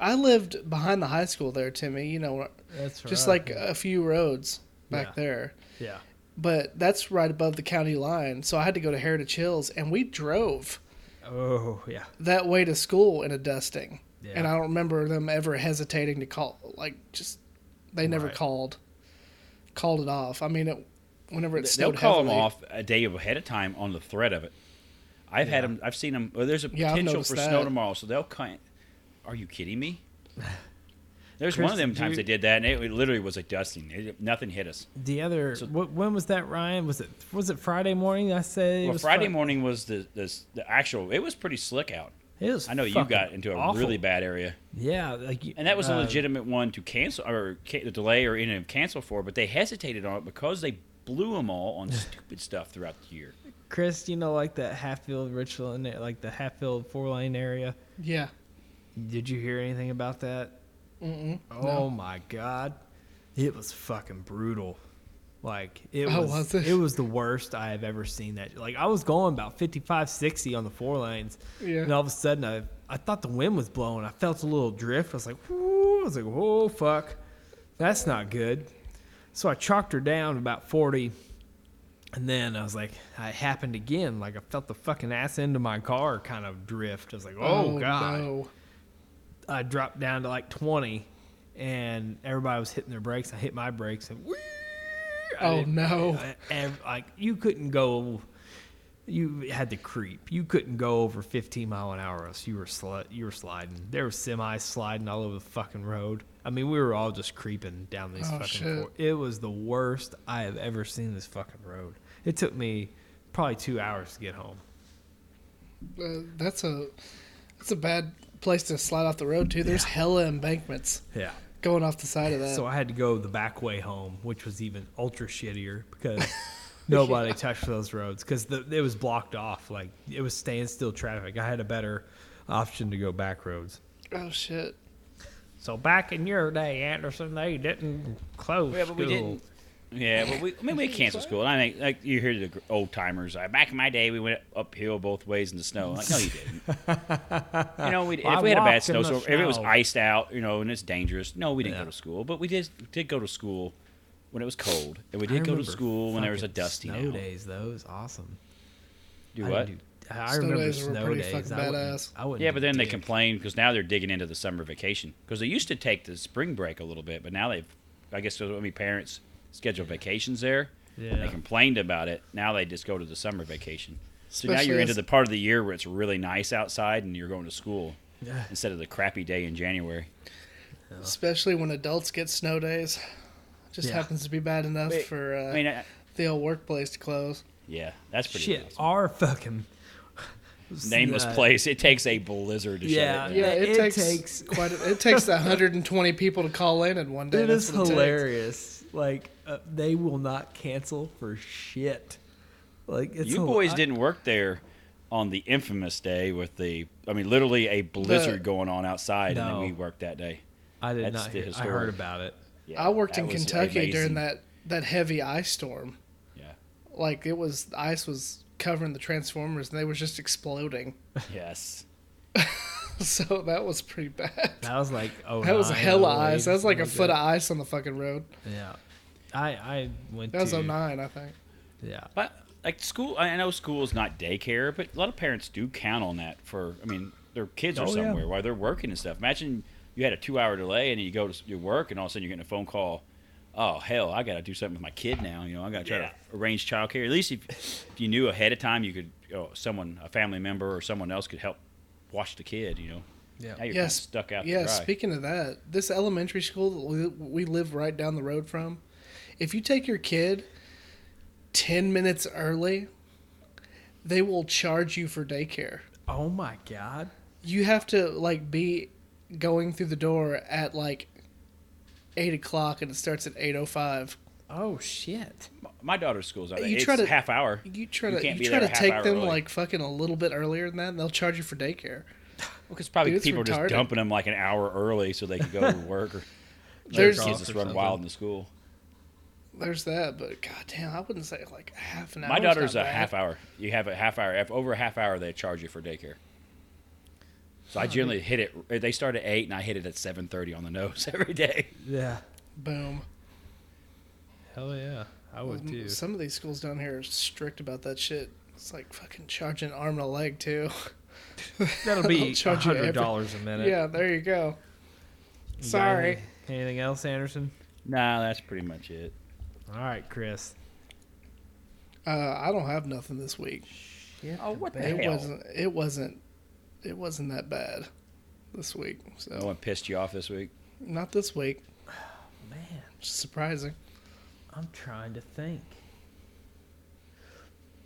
Speaker 2: I lived behind the high school there, Timmy. You know,
Speaker 1: That's right.
Speaker 2: just like uh, a few roads back
Speaker 1: Yeah.
Speaker 2: there.
Speaker 1: yeah.
Speaker 2: But that's right above the county line, so I had to go to Heritage Hills, and we drove
Speaker 1: Oh yeah.
Speaker 2: that way to school in a dusting.
Speaker 1: Yeah.
Speaker 2: And I don't remember them ever hesitating to call. Like, just they never
Speaker 1: Right.
Speaker 2: called, called it off. I mean, it, whenever it
Speaker 3: They'll
Speaker 2: snowed
Speaker 3: call them
Speaker 2: heavily-
Speaker 3: off a day ahead of time on the threat of it. I've had them. I've seen them. Well, there's a
Speaker 2: Yeah, I've
Speaker 3: potential
Speaker 2: noticed
Speaker 3: for snow
Speaker 2: that.
Speaker 3: tomorrow, so they'll kind. Are you kidding me?
Speaker 1: [LAUGHS]
Speaker 3: There's one of
Speaker 1: Chris,
Speaker 3: them
Speaker 1: did
Speaker 3: times
Speaker 1: you-
Speaker 3: they did that, and it literally was a dusting. It, nothing hit us.
Speaker 1: The other,
Speaker 3: So-
Speaker 1: what, when was that, Ryan? Was it was it Friday morning? I said it
Speaker 3: Well,
Speaker 1: was
Speaker 3: Friday
Speaker 1: Fri-
Speaker 3: morning was the, the the actual. It was pretty slick out.
Speaker 1: It was
Speaker 3: I know you
Speaker 1: fucking
Speaker 3: got into a
Speaker 1: awful.
Speaker 3: really bad area,
Speaker 1: yeah, like you-
Speaker 3: and that was a
Speaker 1: uh,
Speaker 3: legitimate one to cancel or ca- delay or even cancel for. But they hesitated on it because they blew them
Speaker 1: [LAUGHS]
Speaker 3: all on stupid stuff throughout the year.
Speaker 1: Chris, you know, like that Hatfield Richland, like the Hatfield four lane area.
Speaker 2: Yeah.
Speaker 1: Did you hear anything about that?
Speaker 2: Mm-mm.
Speaker 1: Oh my god, it was fucking brutal. Like it
Speaker 2: Oh,
Speaker 1: was,
Speaker 2: was
Speaker 1: it?
Speaker 2: it?
Speaker 1: was the worst I have ever seen that. Like I was going about 55, 60 on the four lanes,
Speaker 2: Yeah.
Speaker 1: and all of a sudden I I thought the wind was blowing. I felt a little drift. I was like, whoo! I was like, oh fuck, that's not good. So I chalked her down about forty, and then I was like, it happened again. Like I felt the fucking ass end of my car kind of drift. I was like, oh, god.
Speaker 2: No.
Speaker 1: I dropped down to like 20, and everybody was hitting their brakes. I hit my brakes, and whee, I
Speaker 2: Oh,
Speaker 1: didn't-
Speaker 2: no.
Speaker 1: I- ev- like you couldn't go. You had to creep. You couldn't go over 15 mile an hour. Else you were sli- you were sliding. There were semis sliding all over the fucking road. I mean, we were all just creeping down these
Speaker 2: Oh,
Speaker 1: fucking.
Speaker 2: shit.
Speaker 1: four- It was the worst I have ever seen this fucking road. It took me probably two hours to get home.
Speaker 2: Uh, that's a that's a bad place to slide off the road too. There's hella embankments
Speaker 1: Yeah.
Speaker 2: going off the side of that.
Speaker 1: So I had to go the back way home, which was even ultra shittier
Speaker 3: [LAUGHS]
Speaker 1: because [LAUGHS] nobody touched those roads because it was blocked off. Like it was standstill traffic. I had a better option to go back roads.
Speaker 2: oh shit.
Speaker 1: So back in your day, Anderson, they didn't close
Speaker 3: Yeah, but we
Speaker 1: school.
Speaker 3: didn't. Yeah, but we, I mean, we canceled school. And I think, like, you hear the old timers. Like, back in my day, we went uphill both ways in the snow. Like,
Speaker 1: [LAUGHS]
Speaker 3: no, you didn't. you know, we,
Speaker 1: I
Speaker 3: if we had a bad
Speaker 1: walked in the
Speaker 3: snowstorm, if it was
Speaker 1: snow.
Speaker 3: iced out, you know, and it's dangerous, no, we didn't
Speaker 1: Yeah.
Speaker 3: go to school. But we did did go to school when it was cold, and we did go to school when there was a dusty
Speaker 1: snow
Speaker 3: now.
Speaker 1: days. Though it was awesome.
Speaker 3: Do
Speaker 1: I
Speaker 3: what?
Speaker 1: didn't do- I
Speaker 2: Snow
Speaker 1: remember
Speaker 2: days were
Speaker 1: snow
Speaker 2: pretty
Speaker 1: days.
Speaker 2: fucking
Speaker 1: I wouldn't-
Speaker 2: badass.
Speaker 1: I wouldn't
Speaker 3: Yeah, but then they
Speaker 1: dig.
Speaker 3: complain because now they're digging into the summer vacation because they used to take the spring break a little bit, but now they've, I guess, so many parents schedule vacations there. and
Speaker 1: Yeah.
Speaker 3: They complained about it. Now they just go to the summer vacation. So now
Speaker 2: Especially
Speaker 3: you're into
Speaker 2: as-
Speaker 3: the part of the year where it's really nice outside and you're going to school
Speaker 1: Yeah.
Speaker 3: instead of the crappy day in January.
Speaker 2: Especially when adults get snow days. Just
Speaker 1: Yeah.
Speaker 2: happens to be bad enough
Speaker 3: Wait,
Speaker 2: for uh,
Speaker 3: I mean, I,
Speaker 2: the old workplace to close.
Speaker 3: yeah, that's pretty.
Speaker 1: Shit,
Speaker 3: awesome.
Speaker 1: our fucking [LAUGHS]
Speaker 3: Name this
Speaker 1: uh,
Speaker 3: place. It takes a blizzard to
Speaker 1: Yeah,
Speaker 3: shut it down.
Speaker 1: yeah.
Speaker 2: Yeah, it,
Speaker 1: it
Speaker 2: takes,
Speaker 1: takes-
Speaker 2: quite. A,
Speaker 1: [LAUGHS]
Speaker 2: it takes 120 people to call in in one day.
Speaker 1: It
Speaker 2: That's
Speaker 1: is
Speaker 2: what takes.
Speaker 1: hilarious. Like uh, they will not cancel for shit. Like it's
Speaker 3: You
Speaker 1: hil-
Speaker 3: boys
Speaker 1: I-
Speaker 3: didn't work there on the infamous day with the, I mean, literally a blizzard
Speaker 2: The-
Speaker 3: going on outside, and
Speaker 1: No.
Speaker 3: then we worked that day.
Speaker 1: I did
Speaker 3: that's
Speaker 1: not.
Speaker 3: the
Speaker 1: Hear, I
Speaker 3: historic-
Speaker 1: heard about it.
Speaker 3: Yeah,
Speaker 2: I worked
Speaker 3: that
Speaker 2: in
Speaker 3: was
Speaker 2: Kentucky during
Speaker 3: amazing.
Speaker 2: that that heavy ice storm.
Speaker 3: Yeah,
Speaker 2: Like it was the ice was covering the transformers and they were just exploding. [LAUGHS]
Speaker 3: yes.
Speaker 2: So that was pretty bad.
Speaker 1: That was like oh.
Speaker 2: That was a hell of ice. That was like a foot
Speaker 1: Of-
Speaker 2: of ice on the fucking road.
Speaker 1: yeah, I I went.
Speaker 2: That was
Speaker 1: to,
Speaker 2: 09, I think.
Speaker 1: Yeah,
Speaker 3: But like school, I I know school is not daycare, but a lot of parents do count on that for. I mean, their kids
Speaker 1: Oh,
Speaker 3: are
Speaker 1: yeah.
Speaker 3: somewhere while they're working and stuff. Imagine you had a two-hour delay and you go to your work, and all of a sudden you're getting a phone call. Oh hell, I got to do something with my kid now. You know, I got to try to arrange childcare. At least if, if you knew ahead of time, you could, you know, someone, a family member or someone else could help watch the kid. You know,
Speaker 1: Yeah.
Speaker 3: now you're kind of
Speaker 2: Yes.
Speaker 3: stuck out. to
Speaker 2: Yeah,
Speaker 3: dry.
Speaker 2: speaking of that, this elementary school that we, we live right down the road from, if you take your kid 10 minutes early, they will charge you for daycare.
Speaker 1: Oh my god.
Speaker 2: You have to like be going through the door at like 8 o'clock and it starts at 8.05.
Speaker 1: Oh shit.
Speaker 3: my daughter's school's out. there.
Speaker 2: You
Speaker 3: it's
Speaker 2: try to-
Speaker 3: half hour.
Speaker 2: You try
Speaker 3: You
Speaker 2: to you,
Speaker 3: can't be
Speaker 2: try to
Speaker 3: there a half
Speaker 2: take
Speaker 3: hour
Speaker 2: them
Speaker 3: early.
Speaker 2: like fucking a little bit earlier than that and they'll charge you for daycare.
Speaker 3: Because probably
Speaker 2: Dude, it's
Speaker 3: people are
Speaker 2: retarded.
Speaker 3: just dumping them like an hour early so they could
Speaker 2: [LAUGHS]
Speaker 3: go to work or
Speaker 2: There's-
Speaker 3: kids just run wild in the school.
Speaker 2: There's that, but goddamn, I wouldn't say like half an hour.
Speaker 3: My daughter's a half hour. You have a half hour. If over a half hour, they charge you for daycare. So I generally hit it. eh, They start at eight, and I hit it at seven thirty on the nose [LAUGHS] every day.
Speaker 1: Yeah.
Speaker 2: Boom.
Speaker 1: Hell yeah.
Speaker 3: Oh,
Speaker 1: I would
Speaker 2: [LAUGHS]
Speaker 1: too.
Speaker 2: Some of these schools down here are strict about that shit. It's like fucking charging an arm and a leg too.
Speaker 1: That'll
Speaker 2: They'll
Speaker 1: be
Speaker 2: charge you every-
Speaker 1: hundred dollars a
Speaker 2: [LAUGHS]
Speaker 1: minute.
Speaker 2: yeah, there you go.
Speaker 1: You got
Speaker 2: Sorry.
Speaker 1: any- Anything else, Anderson?
Speaker 3: Nah, that's pretty much it.
Speaker 1: All right, Chris.
Speaker 2: Uh, I don't have nothing this week. Yeah.
Speaker 3: Oh, what the
Speaker 2: It
Speaker 3: hell?
Speaker 2: wasn't. It wasn't. It wasn't that bad this week.
Speaker 3: No
Speaker 2: So
Speaker 3: one pissed you off this week.
Speaker 2: not this week.
Speaker 1: Man,
Speaker 2: Which is
Speaker 3: [LAUGHS]
Speaker 2: surprising.
Speaker 1: I'm trying to think.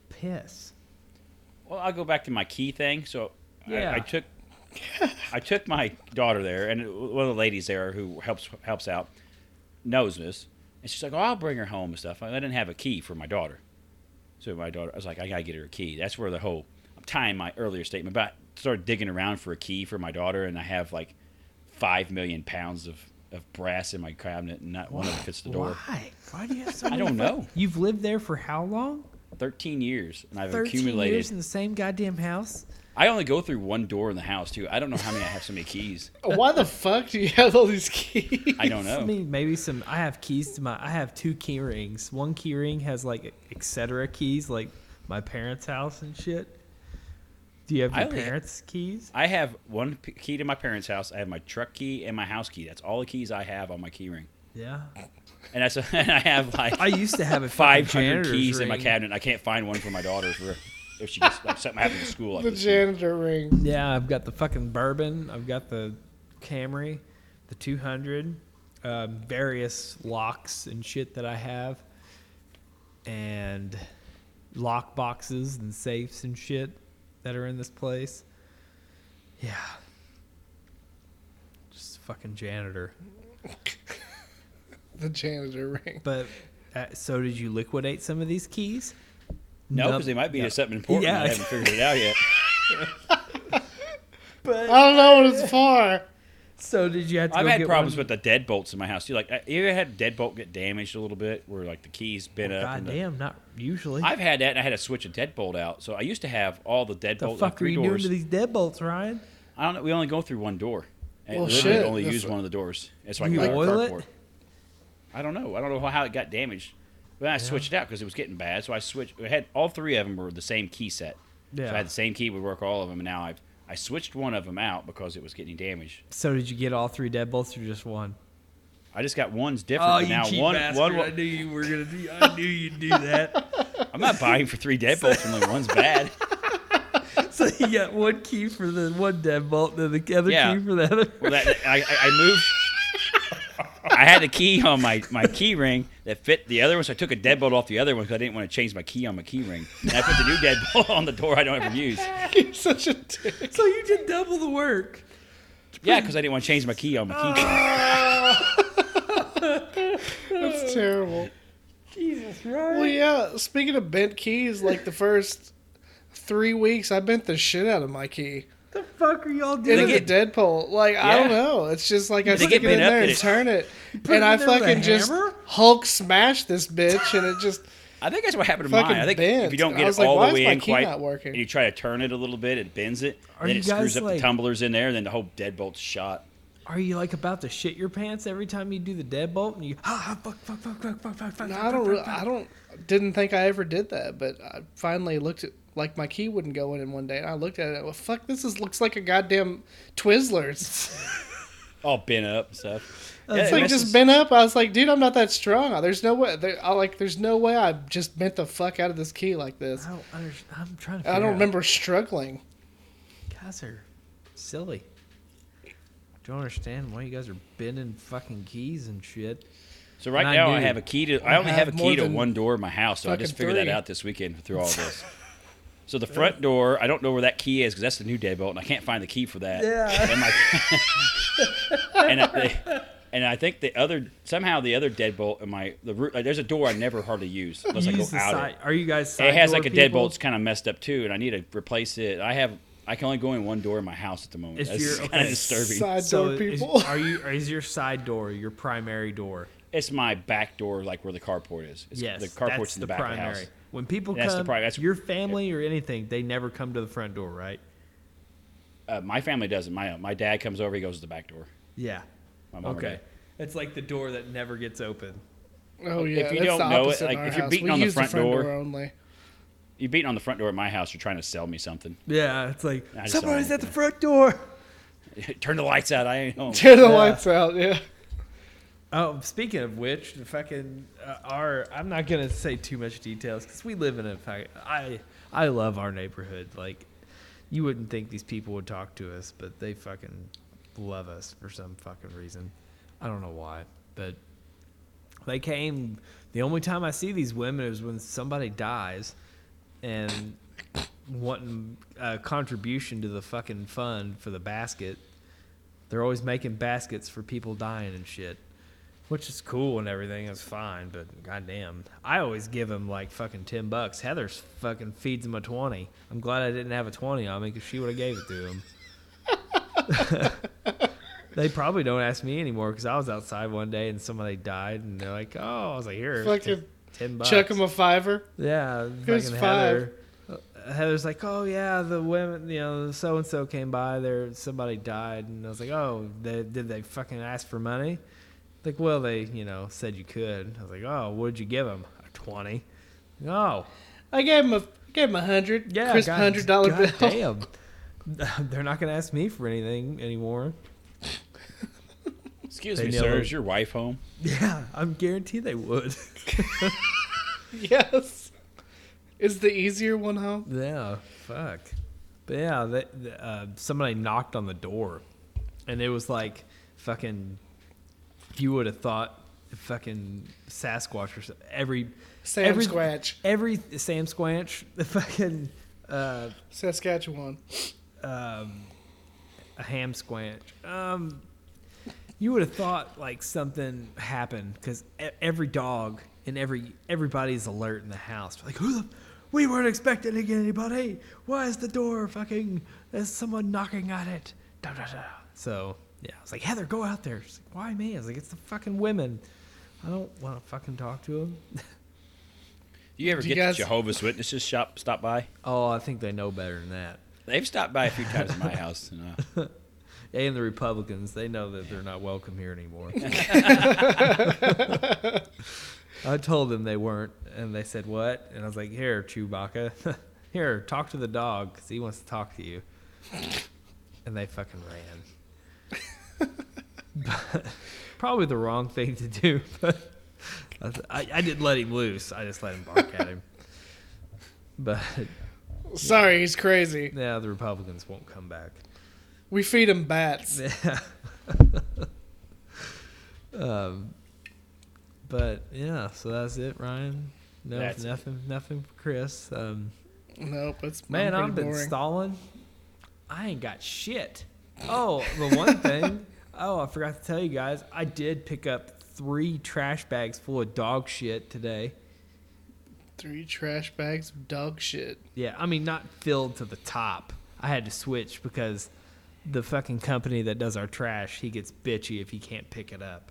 Speaker 1: Piss.
Speaker 3: Well, I'll go back to my key thing. So
Speaker 1: Yeah.
Speaker 3: I, I took I took my daughter there, and one of the ladies there who helps helps out knows this, and she's like, "Oh, I'll bring her home and stuff." I didn't have a key for my daughter, so my daughter, I was like, "I gotta get her a key." That's where the whole I'm tying my earlier statement, but I started digging around for a key for my daughter, and I have like five million pounds of, of brass in my cabinet, and not one of it fits the door.
Speaker 1: Why? Why do you have so
Speaker 3: [LAUGHS] I
Speaker 1: many
Speaker 3: don't know.
Speaker 1: You've lived there for how long?
Speaker 3: Thirteen years, and I've
Speaker 1: 13
Speaker 3: accumulated.
Speaker 1: years in the same goddamn house?
Speaker 3: I only go through one door in the house too. I don't know how many I have so many keys.
Speaker 2: Why the fuck do you have all
Speaker 3: [LAUGHS]
Speaker 2: these keys?
Speaker 3: I don't
Speaker 1: I
Speaker 3: know.
Speaker 1: mean, maybe some. I have keys to my. I have two key rings. One key ring has like et cetera keys, like my parents' house and shit. Do you have
Speaker 3: I
Speaker 1: your
Speaker 3: only-
Speaker 1: parents' keys?
Speaker 3: I have one p- key to my parents' house. I have my truck key and my house key. That's all the keys I have on my key ring. [LAUGHS]
Speaker 1: Yeah.
Speaker 3: And that's and I have like
Speaker 1: I used to have a
Speaker 3: five
Speaker 1: five
Speaker 3: hundred keys in my cabinet. I can't find one for my daughter for if she gets like, something happens in school. I
Speaker 2: The
Speaker 3: can see it.
Speaker 2: janitor ring.
Speaker 1: Yeah, I've got the fucking bourbon. I've got the Camry, the 200, um, various locks and shit that I have, and lock boxes and safes and shit that are in this place. Yeah. Just fucking janitor.
Speaker 2: The janitor ring.
Speaker 1: But uh, so did you liquidate some of these keys?
Speaker 3: No, because they might be
Speaker 1: no.
Speaker 3: to something important. and I
Speaker 1: Yeah.
Speaker 3: haven't figured it out yet.
Speaker 2: I don't know what it's for. [LAUGHS]
Speaker 1: So did you have to [LAUGHS]
Speaker 3: I've
Speaker 1: go
Speaker 3: had
Speaker 1: get
Speaker 3: problems
Speaker 1: one?
Speaker 3: with the deadbolts in my house. You like I- you ever had a deadbolt get damaged a little bit where like the keys bent up?
Speaker 1: God
Speaker 3: and the-
Speaker 1: damn, not usually.
Speaker 3: I've had that, and I had to switch a deadbolt out. So I used to have all the
Speaker 1: the
Speaker 3: deadbolts.
Speaker 1: fuck are
Speaker 3: three
Speaker 1: you doing
Speaker 3: doors.
Speaker 1: to these deadbolts, Ryan?
Speaker 3: I don't know. We only go through one door. And
Speaker 2: Well,
Speaker 3: literally
Speaker 2: shit,
Speaker 3: only
Speaker 2: that's
Speaker 3: use
Speaker 2: what-
Speaker 3: one of the doors. That's why
Speaker 1: Do
Speaker 3: I
Speaker 1: you
Speaker 3: got
Speaker 1: oil it?
Speaker 3: cardboard. I don't know. I don't know how it got damaged. But I switched it out because it was getting bad. So I switched. I had all three of them were the same key set. So
Speaker 1: Yeah.
Speaker 3: I had the same key would work all of them. And now I have I switched one of them out because it was getting damaged.
Speaker 1: So did you get all three deadbolts or just one?
Speaker 3: I just got one's different.
Speaker 1: Oh,
Speaker 3: but now one one.
Speaker 1: knew you were gonna. Do, I knew you'd do
Speaker 2: [LAUGHS]
Speaker 1: that.
Speaker 3: I'm not buying for three deadbolts and only one's bad.
Speaker 1: so you got one key for the one deadbolt, then the other
Speaker 3: Yeah.
Speaker 1: key for the other.
Speaker 3: Well, that, I, I- I moved. I had a key on my, my key ring that fit the other one, so I took a deadbolt off the other one because I didn't want to change my key on my key ring. And I put the new deadbolt [LAUGHS] on the door I don't ever use.
Speaker 2: You're such a
Speaker 3: [LAUGHS]
Speaker 2: dick. [LAUGHS]
Speaker 1: [LAUGHS] so you did double the work.
Speaker 3: Yeah, because I didn't want to change my key on my key ring.
Speaker 2: That's terrible.
Speaker 1: Jesus,
Speaker 2: Well,
Speaker 1: right?
Speaker 2: yeah. Speaking of bent keys, like the first three weeks, I bent the shit out of my key.
Speaker 1: the fuck are y'all doing?
Speaker 2: Into
Speaker 3: They get-
Speaker 2: the deadbolt. Like I don't
Speaker 3: Yeah.
Speaker 2: know. It's just like I
Speaker 3: They
Speaker 2: stick
Speaker 3: get
Speaker 2: it in
Speaker 3: bent up
Speaker 2: there
Speaker 3: and
Speaker 2: and
Speaker 3: it-
Speaker 2: turn it,
Speaker 1: put
Speaker 2: and
Speaker 1: it
Speaker 2: I
Speaker 1: in there with a
Speaker 2: fucking just
Speaker 1: hammer?
Speaker 2: Hulk smash this bitch, and it
Speaker 3: [LAUGHS]
Speaker 2: just
Speaker 3: I think that's what happened to
Speaker 2: Fucking
Speaker 3: mine. I think if
Speaker 2: bent.
Speaker 3: you don't
Speaker 2: I
Speaker 3: get it
Speaker 2: was like,
Speaker 3: all
Speaker 2: why
Speaker 3: the
Speaker 2: is
Speaker 3: way
Speaker 2: my
Speaker 3: in
Speaker 2: key
Speaker 3: quite,
Speaker 2: not working?
Speaker 3: and you try to turn it a little bit, it bends it.
Speaker 1: Are
Speaker 3: then
Speaker 1: you
Speaker 3: it screws
Speaker 1: guys,
Speaker 3: up
Speaker 1: like-
Speaker 3: the tumblers in there, then the whole deadbolt's shot.
Speaker 1: Are you like about to shit your pants every time you do the deadbolt? And you ah fuck fuck fuck fuck fuck fuck fuck.
Speaker 2: No,
Speaker 1: fuck,
Speaker 2: I don't.
Speaker 1: fuck,
Speaker 2: Re-
Speaker 1: fuck, fuck."
Speaker 2: I don't. Didn't think I ever did that, but I finally looked at like my key wouldn't go in. And one day, and I looked at it. Well, fuck, this is looks like a goddamn Twizzlers.
Speaker 3: All bent up and stuff. Yeah,
Speaker 2: It's
Speaker 3: it
Speaker 2: like
Speaker 3: messes-
Speaker 2: just bent up. I was like, dude, I'm not that strong. There's no way. There, I like, there's no way I just bent the fuck out of this key like this.
Speaker 1: I don't understand. I'm trying to.
Speaker 2: I
Speaker 1: figure
Speaker 2: don't
Speaker 1: out.
Speaker 2: remember struggling.
Speaker 1: guys are silly. Don't understand why you guys are bending fucking keys and shit.
Speaker 3: So right
Speaker 1: And I
Speaker 3: now I
Speaker 1: knew.
Speaker 3: have a key to. I only
Speaker 2: have
Speaker 3: have, a
Speaker 2: more
Speaker 3: key to
Speaker 2: than
Speaker 3: one door in my house, so I just
Speaker 2: fucking
Speaker 3: figured
Speaker 2: three.
Speaker 3: that out this weekend through
Speaker 1: [LAUGHS]
Speaker 3: all this. so the front door, I don't know where that key is because that's the new deadbolt, and I can't find the key for that.
Speaker 1: Yeah.
Speaker 3: And, my,
Speaker 1: [LAUGHS]
Speaker 3: and, I, they- and I think the other somehow the other deadbolt in my the root like there's a door I never hardly use unless
Speaker 1: You
Speaker 3: I go
Speaker 1: use the
Speaker 3: out.
Speaker 1: side-
Speaker 3: it.
Speaker 1: Are you guys? Side
Speaker 3: It has like
Speaker 1: door
Speaker 3: a
Speaker 1: people?
Speaker 3: deadbolt that's kind of messed up too, and I need to replace it. I have I can only go in one door in my house at the moment.
Speaker 1: If
Speaker 3: that's
Speaker 1: you're-
Speaker 3: kind of
Speaker 1: okay.
Speaker 3: disturbing.
Speaker 2: Side
Speaker 1: So
Speaker 2: door
Speaker 1: is,
Speaker 2: people.
Speaker 1: [LAUGHS] are you? Is your side door your primary door?
Speaker 3: it's my back door, like where the carport is. It's,
Speaker 1: Yes,
Speaker 3: the carport's
Speaker 1: that's
Speaker 3: in
Speaker 1: the
Speaker 3: the back of the
Speaker 1: primary.
Speaker 3: house.
Speaker 1: When people
Speaker 3: That's the
Speaker 1: come,
Speaker 3: pri- that's-
Speaker 1: your family or anything, they never come to the front door, right?
Speaker 3: Uh, my family doesn't. My my dad comes over. He goes to the back door.
Speaker 1: Yeah.
Speaker 3: My mom or
Speaker 1: Okay.
Speaker 3: dad.
Speaker 1: It's like the door that never gets open.
Speaker 2: oh yeah.
Speaker 3: if you
Speaker 2: that's
Speaker 3: don't
Speaker 2: the
Speaker 3: know it,
Speaker 2: opposite in
Speaker 3: like,
Speaker 2: our
Speaker 3: if you're
Speaker 2: house.
Speaker 3: beating
Speaker 2: We
Speaker 3: on the
Speaker 2: use
Speaker 3: front door-
Speaker 2: only. [LAUGHS]
Speaker 3: You beating on the front door at my house. You're trying to sell me something. [LAUGHS]
Speaker 1: Yeah, it's like
Speaker 3: I just don't
Speaker 1: somebody's at
Speaker 3: like
Speaker 1: the front door.
Speaker 3: Turn the lights out. I
Speaker 1: [LAUGHS]
Speaker 3: ain't home.
Speaker 2: Turn the
Speaker 1: Yeah.
Speaker 2: lights out. Yeah.
Speaker 1: Oh, speaking of which, the fucking uh, our I'm not gonna say too much details because we live in a fuck- I I I love our neighborhood. Like, you wouldn't think these people would talk to us, but they fucking love us for some fucking reason. I don't know why, but they came. The only time I see these women is when somebody dies, and wanting a contribution to the fucking fund for the basket. They're always making baskets for people dying and shit, which is cool and everything. It's fine, but goddamn, I always give them like fucking ten bucks. Heather's fucking feeds them a twenty. I'm glad I didn't have a twenty on me because she would have gave it to him. [LAUGHS] they probably don't ask me anymore because I was outside one day and somebody died and they're like, "Oh," I was like, "Here,
Speaker 2: Fucking
Speaker 1: ten, 10 bucks."
Speaker 2: Chuck him a fiver.
Speaker 1: Yeah,
Speaker 2: Here's
Speaker 1: fucking
Speaker 2: five.
Speaker 1: Heather. Uh, Heather's like, oh yeah, the women, you know, so and so came by. There, somebody died, and I was like, oh, they, did they fucking ask for money? Like, well, they, you know, said you could. I was like, oh, what'd you give them? A twenty. No.
Speaker 2: I gave him a gave him a hundred.
Speaker 1: Yeah.
Speaker 2: crisp
Speaker 1: God-
Speaker 2: hundred dollar bill. [LAUGHS]
Speaker 1: God Damn. [LAUGHS] They're not gonna ask me for anything anymore. [LAUGHS]
Speaker 3: Excuse
Speaker 1: They
Speaker 3: me,
Speaker 1: know.
Speaker 3: sir. Is your wife home?
Speaker 1: Yeah, I'm guaranteed they would. [LAUGHS]
Speaker 2: Yes. Is the easier one home?
Speaker 1: Yeah, fuck. But yeah, that, th- uh, somebody knocked on the door, and it was like fucking. You would have thought fucking Sasquatch or so- every
Speaker 2: Sam
Speaker 1: every,
Speaker 2: Squatch,
Speaker 1: every Sam Squanch, the fucking uh,
Speaker 2: Saskatchewan.
Speaker 1: um, a ham squanch. Um, you would have thought like something happened because every dog and every everybody's alert in the house. Like who the. We weren't expecting to get anybody. Why is the door fucking? There's someone knocking at it. Da, da, da. So yeah, I was like Heather, go out there. She's like, Why me? I was like, it's the fucking women. I don't want to fucking talk to them.
Speaker 3: You ever
Speaker 2: Do you
Speaker 3: get
Speaker 2: guys-
Speaker 3: the Jehovah's Witnesses shop stop by?
Speaker 1: Oh, I think they know better than that.
Speaker 3: They've stopped by a few times at my house. And, uh,
Speaker 1: And the Republicans, they know that they're not welcome here anymore. I told them they weren't, and they said, What? And I was like, Here, Chewbacca, [LAUGHS] here, talk to the dog, 'cause he wants to talk to you. And they fucking ran. But- [LAUGHS] probably the wrong thing to do, but I, th- I, I didn't let him loose. I just let him bark at him. But
Speaker 2: Sorry, he's crazy.
Speaker 1: now the Republicans won't come back.
Speaker 2: We feed him bats.
Speaker 1: Yeah. [LAUGHS] um, but yeah, so that's it, Ryan. No,
Speaker 3: That's it.
Speaker 1: nothing, nothing for Chris. Um,
Speaker 2: Nope, it's
Speaker 1: man,
Speaker 2: pretty
Speaker 1: I've been
Speaker 2: boring.
Speaker 1: stalling. I ain't got shit. Oh, the [LAUGHS] one thing. Oh, I forgot to tell you guys. I did pick up three trash bags full of dog shit today.
Speaker 2: Three trash bags of dog shit.
Speaker 1: Yeah, I mean, not filled to the top. I had to switch because the fucking company that does our trash, he gets bitchy if he can't pick it
Speaker 2: [LAUGHS]
Speaker 1: up.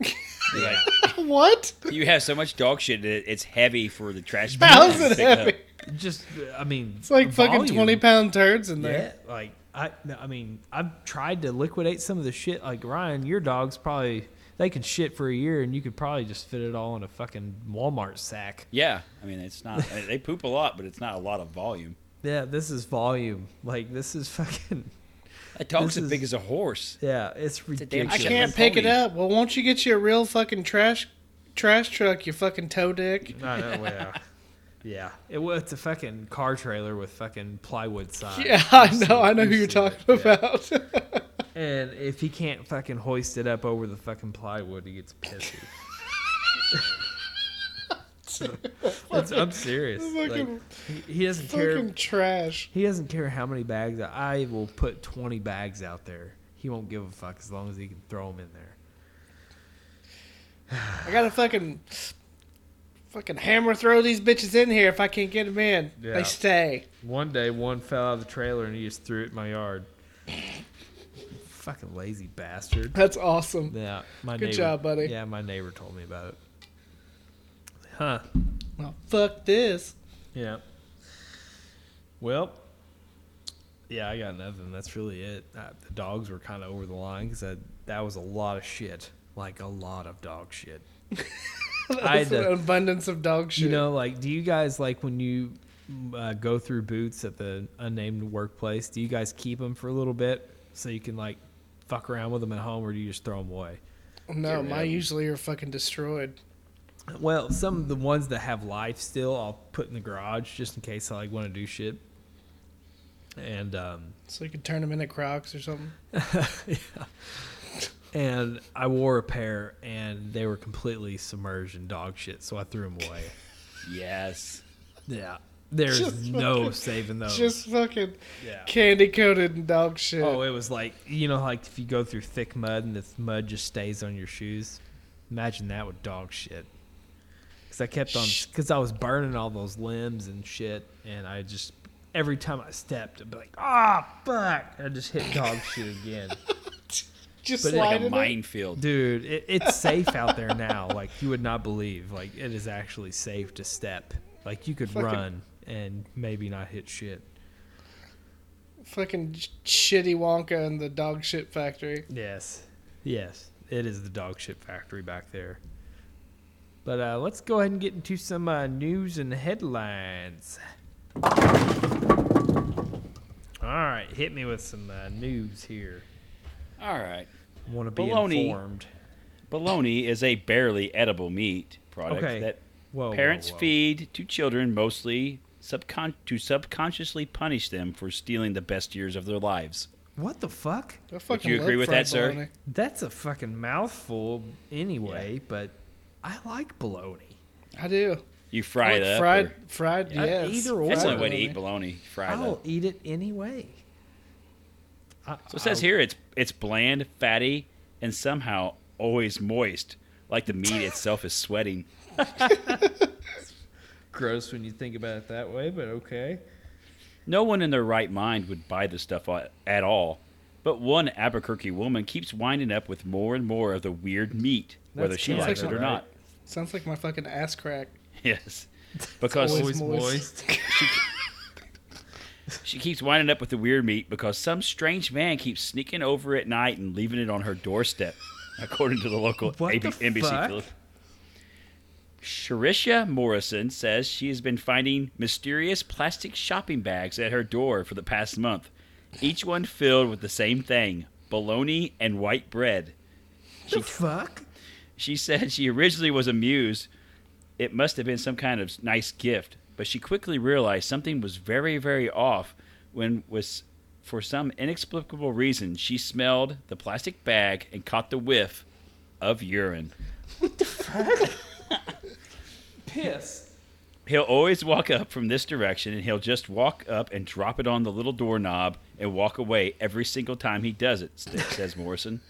Speaker 3: like,
Speaker 2: [LAUGHS] what?
Speaker 3: [LAUGHS] you have so much dog shit that it's heavy for
Speaker 1: [LAUGHS]
Speaker 3: the trash bag.
Speaker 2: How
Speaker 3: to
Speaker 2: is it
Speaker 3: pick up.
Speaker 2: heavy?
Speaker 1: just I mean
Speaker 2: It's like fucking
Speaker 1: volume.
Speaker 2: twenty pound turds in there.
Speaker 1: Yeah, like I I mean I've tried to liquidate some of the shit. Like Ryan, your dogs probably they can shit for a year, and you could probably just fit it all in a fucking Walmart sack.
Speaker 3: Yeah, I mean it's not. I mean, they poop a lot, but it's not a lot of volume.
Speaker 1: Yeah, this is volume. Like this is [LAUGHS] fucking
Speaker 3: That dog's
Speaker 1: This
Speaker 3: as big
Speaker 1: is-
Speaker 3: as a horse.
Speaker 1: yeah, it's
Speaker 3: a damn
Speaker 1: ridiculous.
Speaker 2: I
Speaker 3: shit.
Speaker 2: can't
Speaker 3: Shitting
Speaker 2: pick it
Speaker 3: pony.
Speaker 2: up. Well, won't you get you a real fucking trash trash truck? You fucking toe dick.
Speaker 1: I know, yeah. Yeah, it was it's a fucking car trailer with fucking plywood sides.
Speaker 2: [LAUGHS] [LAUGHS] Yeah, I
Speaker 1: You've
Speaker 2: know.
Speaker 1: seen-
Speaker 2: I know who
Speaker 1: you've
Speaker 2: you're
Speaker 1: seen it,
Speaker 2: talking
Speaker 1: yeah.
Speaker 2: about. [LAUGHS]
Speaker 1: And if he can't fucking hoist it up over the fucking plywood, he gets
Speaker 2: [LAUGHS]
Speaker 1: pissy. That's- I'm serious. Like,
Speaker 2: Fucking-
Speaker 1: he- he doesn't care.
Speaker 2: fucking trash.
Speaker 1: He doesn't care how many bags. I will put 20 bags out there. He won't give a fuck as long as he can throw them in there.
Speaker 2: I gotta fucking fucking hammer throw these bitches in here if I can't get them in.
Speaker 1: Yeah.
Speaker 2: They stay.
Speaker 1: One day, one fell out of the trailer and he just threw it in my [LAUGHS] yard. fucking lazy bastard.
Speaker 2: That's awesome.
Speaker 1: Yeah, my
Speaker 2: Good
Speaker 1: neighbor-
Speaker 2: job, buddy.
Speaker 1: Yeah, my neighbor told me about it. Huh.
Speaker 2: Well, fuck this. [LAUGHS]
Speaker 1: Yeah. Well, yeah, I got nothing. That's really it. Uh, the dogs were kind of over the line because that, that was a lot of shit. Like a lot of dog shit.
Speaker 2: That's
Speaker 1: uh,
Speaker 2: an abundance of dog shit.
Speaker 1: You know, like, do you guys like when you uh, go through boots at the unnamed workplace? Do you guys keep them for a little bit so you can like fuck around with them at home, or do you just throw them away?
Speaker 2: no, mine usually are fucking destroyed.
Speaker 1: Well, some of the ones that have life still, I'll put in the garage just in case I like want to do shit. And um,
Speaker 2: So you could turn them into Crocs or something.
Speaker 1: and I wore a pair, and they were completely submerged in dog shit, so I threw them
Speaker 2: [LAUGHS]
Speaker 1: away.
Speaker 3: Yes.
Speaker 1: yeah, there's
Speaker 2: Just
Speaker 1: no saving those.
Speaker 2: Just fucking
Speaker 1: yeah.
Speaker 2: candy coated and dog shit.
Speaker 1: Oh, it was like you know, like if you go through thick mud and the mud just stays on your shoes. Imagine that with dog shit. Because I kept on, because I was burning all those limbs and shit, and I just every time I stepped, I'd be like, "Ah, fuck!" I just hit dog shit again,
Speaker 2: just
Speaker 1: but it-
Speaker 3: Like
Speaker 2: slide
Speaker 3: a
Speaker 2: it. in.
Speaker 3: minefield.
Speaker 1: dude. It, it's safe out there now. Like you would not believe. Like it is actually safe to step. Like you could
Speaker 2: Fucking-
Speaker 1: run and maybe not hit shit.
Speaker 2: Fucking sh- shitty Wonka and the dog shit factory.
Speaker 1: Yes. Yes. It is the dog shit factory back there. But uh, let's go ahead and get into some uh, news and headlines. All right, hit me with some uh, news here.
Speaker 3: All right.
Speaker 1: Want to be
Speaker 3: Baloney.
Speaker 1: informed?
Speaker 3: Bologna is a barely edible meat product
Speaker 1: Okay.
Speaker 3: that
Speaker 1: Oh, Whoa, whoa,
Speaker 3: parents
Speaker 1: whoa.
Speaker 3: feed to children mostly subcon- to subconsciously punish them for stealing the best years of their lives.
Speaker 1: What the fuck?
Speaker 2: I fucking
Speaker 3: you
Speaker 2: love
Speaker 3: agree with
Speaker 2: fried
Speaker 3: that, sir?
Speaker 2: bologna.
Speaker 1: That's a fucking mouthful, anyway. But I like bologna.
Speaker 2: I do.
Speaker 3: You fry
Speaker 2: Like
Speaker 3: it up.
Speaker 2: fried,
Speaker 3: or-
Speaker 2: fried.
Speaker 1: Yeah,
Speaker 2: yes.
Speaker 1: either or.
Speaker 3: that's the
Speaker 1: fried
Speaker 3: only way
Speaker 2: bologna.
Speaker 3: to eat bologna. Fry it
Speaker 1: I'll
Speaker 3: up.
Speaker 1: eat it anyway. I,
Speaker 3: So it says
Speaker 1: I-
Speaker 3: here it's it's bland, fatty, and somehow always moist, like the meat itself is sweating.
Speaker 1: gross when you think about it that way, but okay.
Speaker 3: No one in their right mind would buy this stuff a- at all. But one Albuquerque woman keeps winding up with more and more of the weird meat, whether
Speaker 1: That's
Speaker 3: she likes it
Speaker 1: cancer,
Speaker 3: or
Speaker 1: right?
Speaker 3: not. [LAUGHS]
Speaker 2: Sounds like my fucking ass crack.
Speaker 3: Yes. Because
Speaker 2: Always moist.
Speaker 3: She keeps winding up with the weird meat because some strange man keeps sneaking over at night and leaving it on her doorstep, [LAUGHS] according to the local
Speaker 1: What
Speaker 3: AB-
Speaker 1: the
Speaker 3: NBC.
Speaker 1: fuck?
Speaker 3: affiliate. Sharisha Morrison says she has been finding mysterious plastic shopping bags at her door for the past month, each one filled with the same thing bologna and white bread.
Speaker 1: [LAUGHS] The fuck?
Speaker 3: She said she originally was amused. It must have been some kind of nice gift, but she quickly realized something was very, very off when was for some inexplicable reason she smelled the plastic bag and caught the whiff of urine.
Speaker 1: Piss.
Speaker 3: He'll always walk up from this direction and he'll just walk up and drop it on the little doorknob and walk away every single time he does it, st- says Morrison.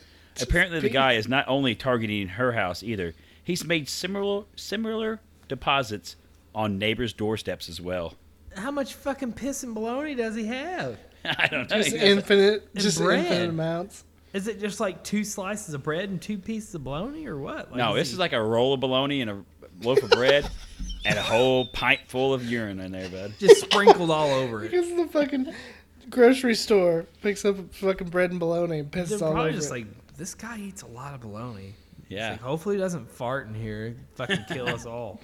Speaker 3: Apparently, the guy is not only targeting her house either, he's made similar, similar deposits on neighbors' doorsteps as well. [LAUGHS]
Speaker 1: How much fucking piss and baloney does he have?
Speaker 3: I don't know. [LAUGHS]
Speaker 2: Just infinite,
Speaker 1: And
Speaker 2: just
Speaker 1: bread.
Speaker 2: infinite amounts.
Speaker 1: Is it just like two slices of bread and two pieces of baloney or what?
Speaker 3: no, this is like a roll of bologna and a loaf of bread and a whole pint full of urine in there, bud.
Speaker 1: just sprinkled all over
Speaker 2: [LAUGHS]
Speaker 1: it.
Speaker 2: Because the fucking grocery store picks up fucking bread and bologna and
Speaker 1: They're
Speaker 2: pisses all over
Speaker 1: probably just
Speaker 2: it.
Speaker 1: like, this guy eats a lot of baloney. It's
Speaker 3: Yeah.
Speaker 1: like, hopefully he doesn't fart in here. Fucking kill
Speaker 3: [LAUGHS]
Speaker 1: us all.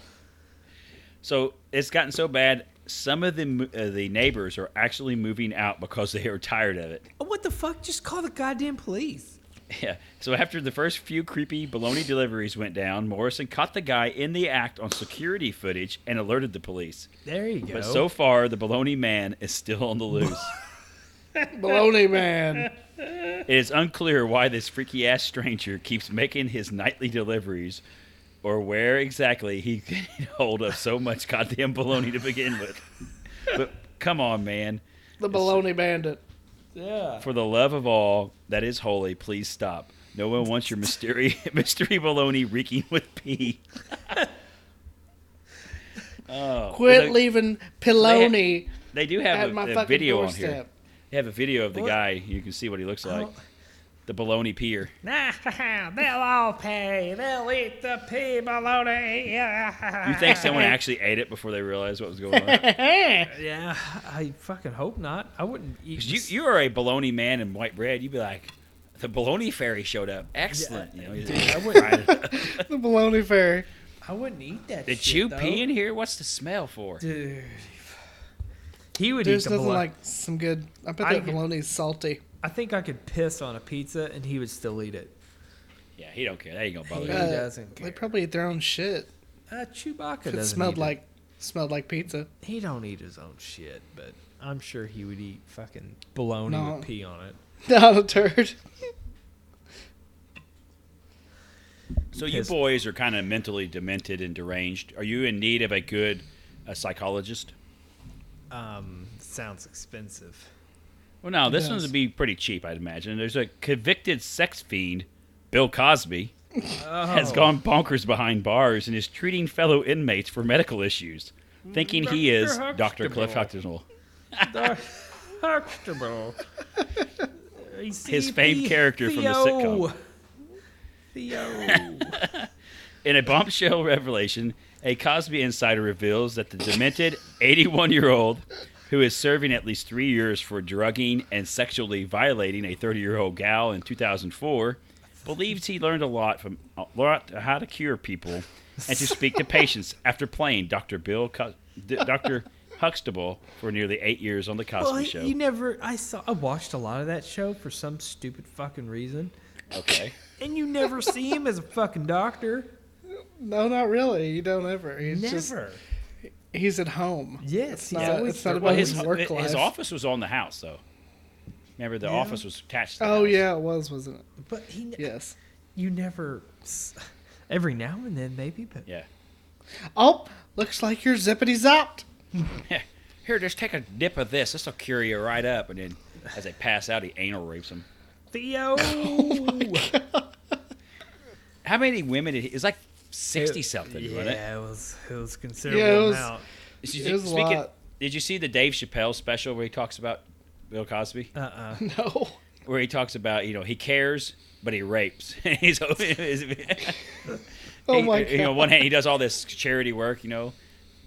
Speaker 3: So it's gotten so bad. Some of the mo- uh, the neighbors are actually moving out because they are tired of it.
Speaker 1: Oh, what the fuck? Just call the goddamn police.
Speaker 3: Yeah. So after the first few creepy baloney deliveries went down, Morrison caught the guy in the act on security footage and alerted the police.
Speaker 1: There you go.
Speaker 3: But so far, the baloney man is still on the loose.
Speaker 2: bologna man.
Speaker 1: [LAUGHS]
Speaker 3: it is unclear why this freaky ass stranger keeps making his nightly deliveries, or where exactly he [LAUGHS] can hold up so much goddamn baloney to begin with. But come on, man.
Speaker 2: The bologna bandit.
Speaker 1: yeah.
Speaker 3: For the love of all that is holy, please stop. No one wants your mystery [LAUGHS] mystery baloney reeking with pee. oh,
Speaker 2: Quit
Speaker 3: they-
Speaker 2: leaving bologna
Speaker 3: They do have
Speaker 2: at my
Speaker 3: a, a
Speaker 2: fucking
Speaker 3: video on
Speaker 2: doorstep.
Speaker 3: here. They have a video of the
Speaker 1: What?
Speaker 3: guy. You can see what he looks like.
Speaker 1: don't-
Speaker 3: The baloney peer.
Speaker 1: Nah, [LAUGHS] they'll all pay. They'll eat the pea [LAUGHS] baloney.
Speaker 3: You think someone actually ate it before they realized what was going on? 'Cause
Speaker 1: Yeah, I fucking hope not. I wouldn't eat.
Speaker 3: you you are a baloney man in white bread. You'd be like, the baloney fairy showed up. Excellent. You know, he's like, [LAUGHS]
Speaker 1: I wouldn't.
Speaker 2: The bologna fairy.
Speaker 1: I wouldn't eat that. [LAUGHS]
Speaker 3: Did
Speaker 1: shit,
Speaker 3: you
Speaker 1: though.
Speaker 3: pee in here? What's the smell for?
Speaker 1: Dude, he would
Speaker 2: There's
Speaker 1: eat the
Speaker 2: nothing
Speaker 1: bologna.
Speaker 2: like some good. I bet
Speaker 1: I
Speaker 2: that
Speaker 1: get-
Speaker 2: bologna's salty.
Speaker 1: I think I could piss on a pizza and he would still eat it.
Speaker 3: Yeah, he don't care. That ain't gonna bother.
Speaker 1: He
Speaker 3: him.
Speaker 2: Uh,
Speaker 1: doesn't
Speaker 2: They
Speaker 1: care.
Speaker 2: probably eat their own shit.
Speaker 1: Uh, Chewbacca
Speaker 2: It
Speaker 1: doesn't.
Speaker 2: smelled
Speaker 1: eat
Speaker 2: like smelled like pizza. [LAUGHS]
Speaker 1: he don't eat his own shit, but I'm sure he would eat fucking bologna
Speaker 2: No.
Speaker 1: with pee on it.
Speaker 2: Not a turd.
Speaker 3: So you
Speaker 1: Yes.
Speaker 3: boys are kind of mentally demented and deranged. Are you in need of a good uh psychologist?
Speaker 1: Um, sounds expensive.
Speaker 3: Well, no, this one's
Speaker 2: Yes.
Speaker 3: would be pretty cheap, I'd imagine. There's a convicted sex fiend, Bill Cosby,
Speaker 1: Oh,
Speaker 3: has gone bonkers behind bars and is treating fellow inmates for medical issues, thinking he is
Speaker 1: Dr.
Speaker 3: Dr. Cliff
Speaker 1: Huxtable.
Speaker 3: Huxtable.
Speaker 1: Huxtable.
Speaker 3: [LAUGHS] His famed character from the sitcom. [LAUGHS]
Speaker 1: Theo.
Speaker 3: In a bombshell [LAUGHS] revelation, a Cosby insider reveals that the demented [LAUGHS] 81 year old, who is serving at least three years for drugging and sexually violating a 30 year old gal in 2004, believes he learned a lot from a lot on how to cure people and to speak to patients
Speaker 1: [LAUGHS]
Speaker 3: after playing Dr. Bill Co- D- Dr. Huxtable for nearly eight years on the Cosby
Speaker 1: well,
Speaker 3: Show.
Speaker 1: you never. I saw. I watched a lot of that show for some stupid fucking reason,
Speaker 2: [LAUGHS]
Speaker 3: okay.
Speaker 1: and you
Speaker 3: [LAUGHS]
Speaker 1: never see him as a fucking doctor.
Speaker 2: No, not really. You don't ever. He's just
Speaker 1: Never.
Speaker 2: he's at home.
Speaker 1: yes.
Speaker 2: not-
Speaker 1: he's always
Speaker 2: it's not
Speaker 1: there.
Speaker 2: about
Speaker 3: Well,
Speaker 2: his
Speaker 3: Oh, his,
Speaker 2: work
Speaker 3: his
Speaker 2: life.
Speaker 3: office was on the house, though. Remember, the office was attached to the
Speaker 2: Oh
Speaker 3: house.
Speaker 2: yeah, it was, wasn't it?
Speaker 1: But he.
Speaker 2: Yes.
Speaker 1: You never. s- Every now and then, maybe. But
Speaker 3: Yeah.
Speaker 2: Oh, looks like you're zippity zopped.
Speaker 3: [LAUGHS] Here, just take a dip of this. This'll cure you right up. And then, as they pass out, he anal rapes them. [LAUGHS]
Speaker 1: Theo.
Speaker 3: Oh How many women did he? It's like sixty something,
Speaker 1: Yeah,
Speaker 3: wasn't it?
Speaker 1: it was. It was considerable
Speaker 2: was-
Speaker 1: amount.
Speaker 3: Did
Speaker 2: It was a lot.
Speaker 3: did you see the Dave Chappelle special where he talks about Bill Cosby,
Speaker 1: Uh uh
Speaker 2: [LAUGHS] No.
Speaker 3: where he talks about you know he cares but he rapes. [LAUGHS] He's
Speaker 2: Oh
Speaker 3: [LAUGHS] He- uh,
Speaker 2: my
Speaker 3: You know,
Speaker 2: god.
Speaker 3: one hand he does all this charity work, you know.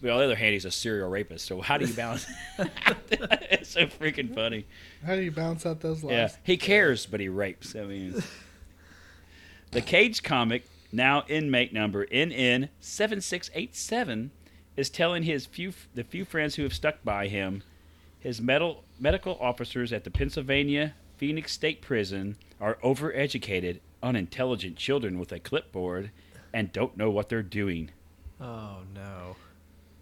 Speaker 3: But on the other hand, he's a serial rapist. So how do you balance? [LAUGHS] it's so freaking funny.
Speaker 2: How do you bounce out those
Speaker 3: Yeah,
Speaker 2: lines?
Speaker 3: he cares, but he rapes. I mean, the Cage comic, now inmate number NN seven six eight seven, is telling his few the few friends who have stuck by him, his metal, medical officers at the Pennsylvania Phoenix State Prison are overeducated, unintelligent children with a clipboard, and don't know what they're doing.
Speaker 1: Oh no.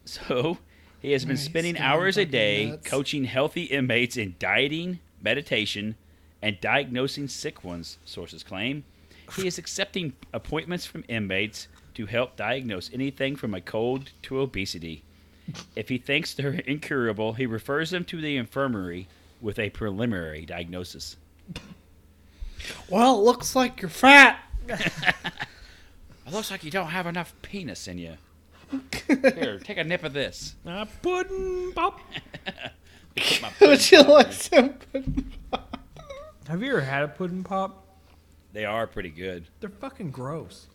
Speaker 3: So he has been
Speaker 2: Nice.
Speaker 3: spending
Speaker 2: Going
Speaker 3: hours a
Speaker 2: fucking
Speaker 3: day
Speaker 2: nuts.
Speaker 3: coaching healthy inmates in dieting, meditation, and diagnosing sick ones, sources claim. He is accepting appointments from inmates to help diagnose anything from a cold to obesity. If he thinks they're [LAUGHS] incurable, he refers them to the infirmary with a preliminary diagnosis.
Speaker 2: Well, it looks like you're fat. [LAUGHS]
Speaker 3: It looks like you don't have enough penis in you. [LAUGHS]
Speaker 2: [LAUGHS]
Speaker 3: Here, take a nip of this.
Speaker 1: Uh, pudding
Speaker 3: [LAUGHS]
Speaker 1: pop.
Speaker 3: Put my
Speaker 2: Would you like some?
Speaker 1: Have you ever had a pudding pop?
Speaker 3: They are pretty good.
Speaker 1: They're fucking gross.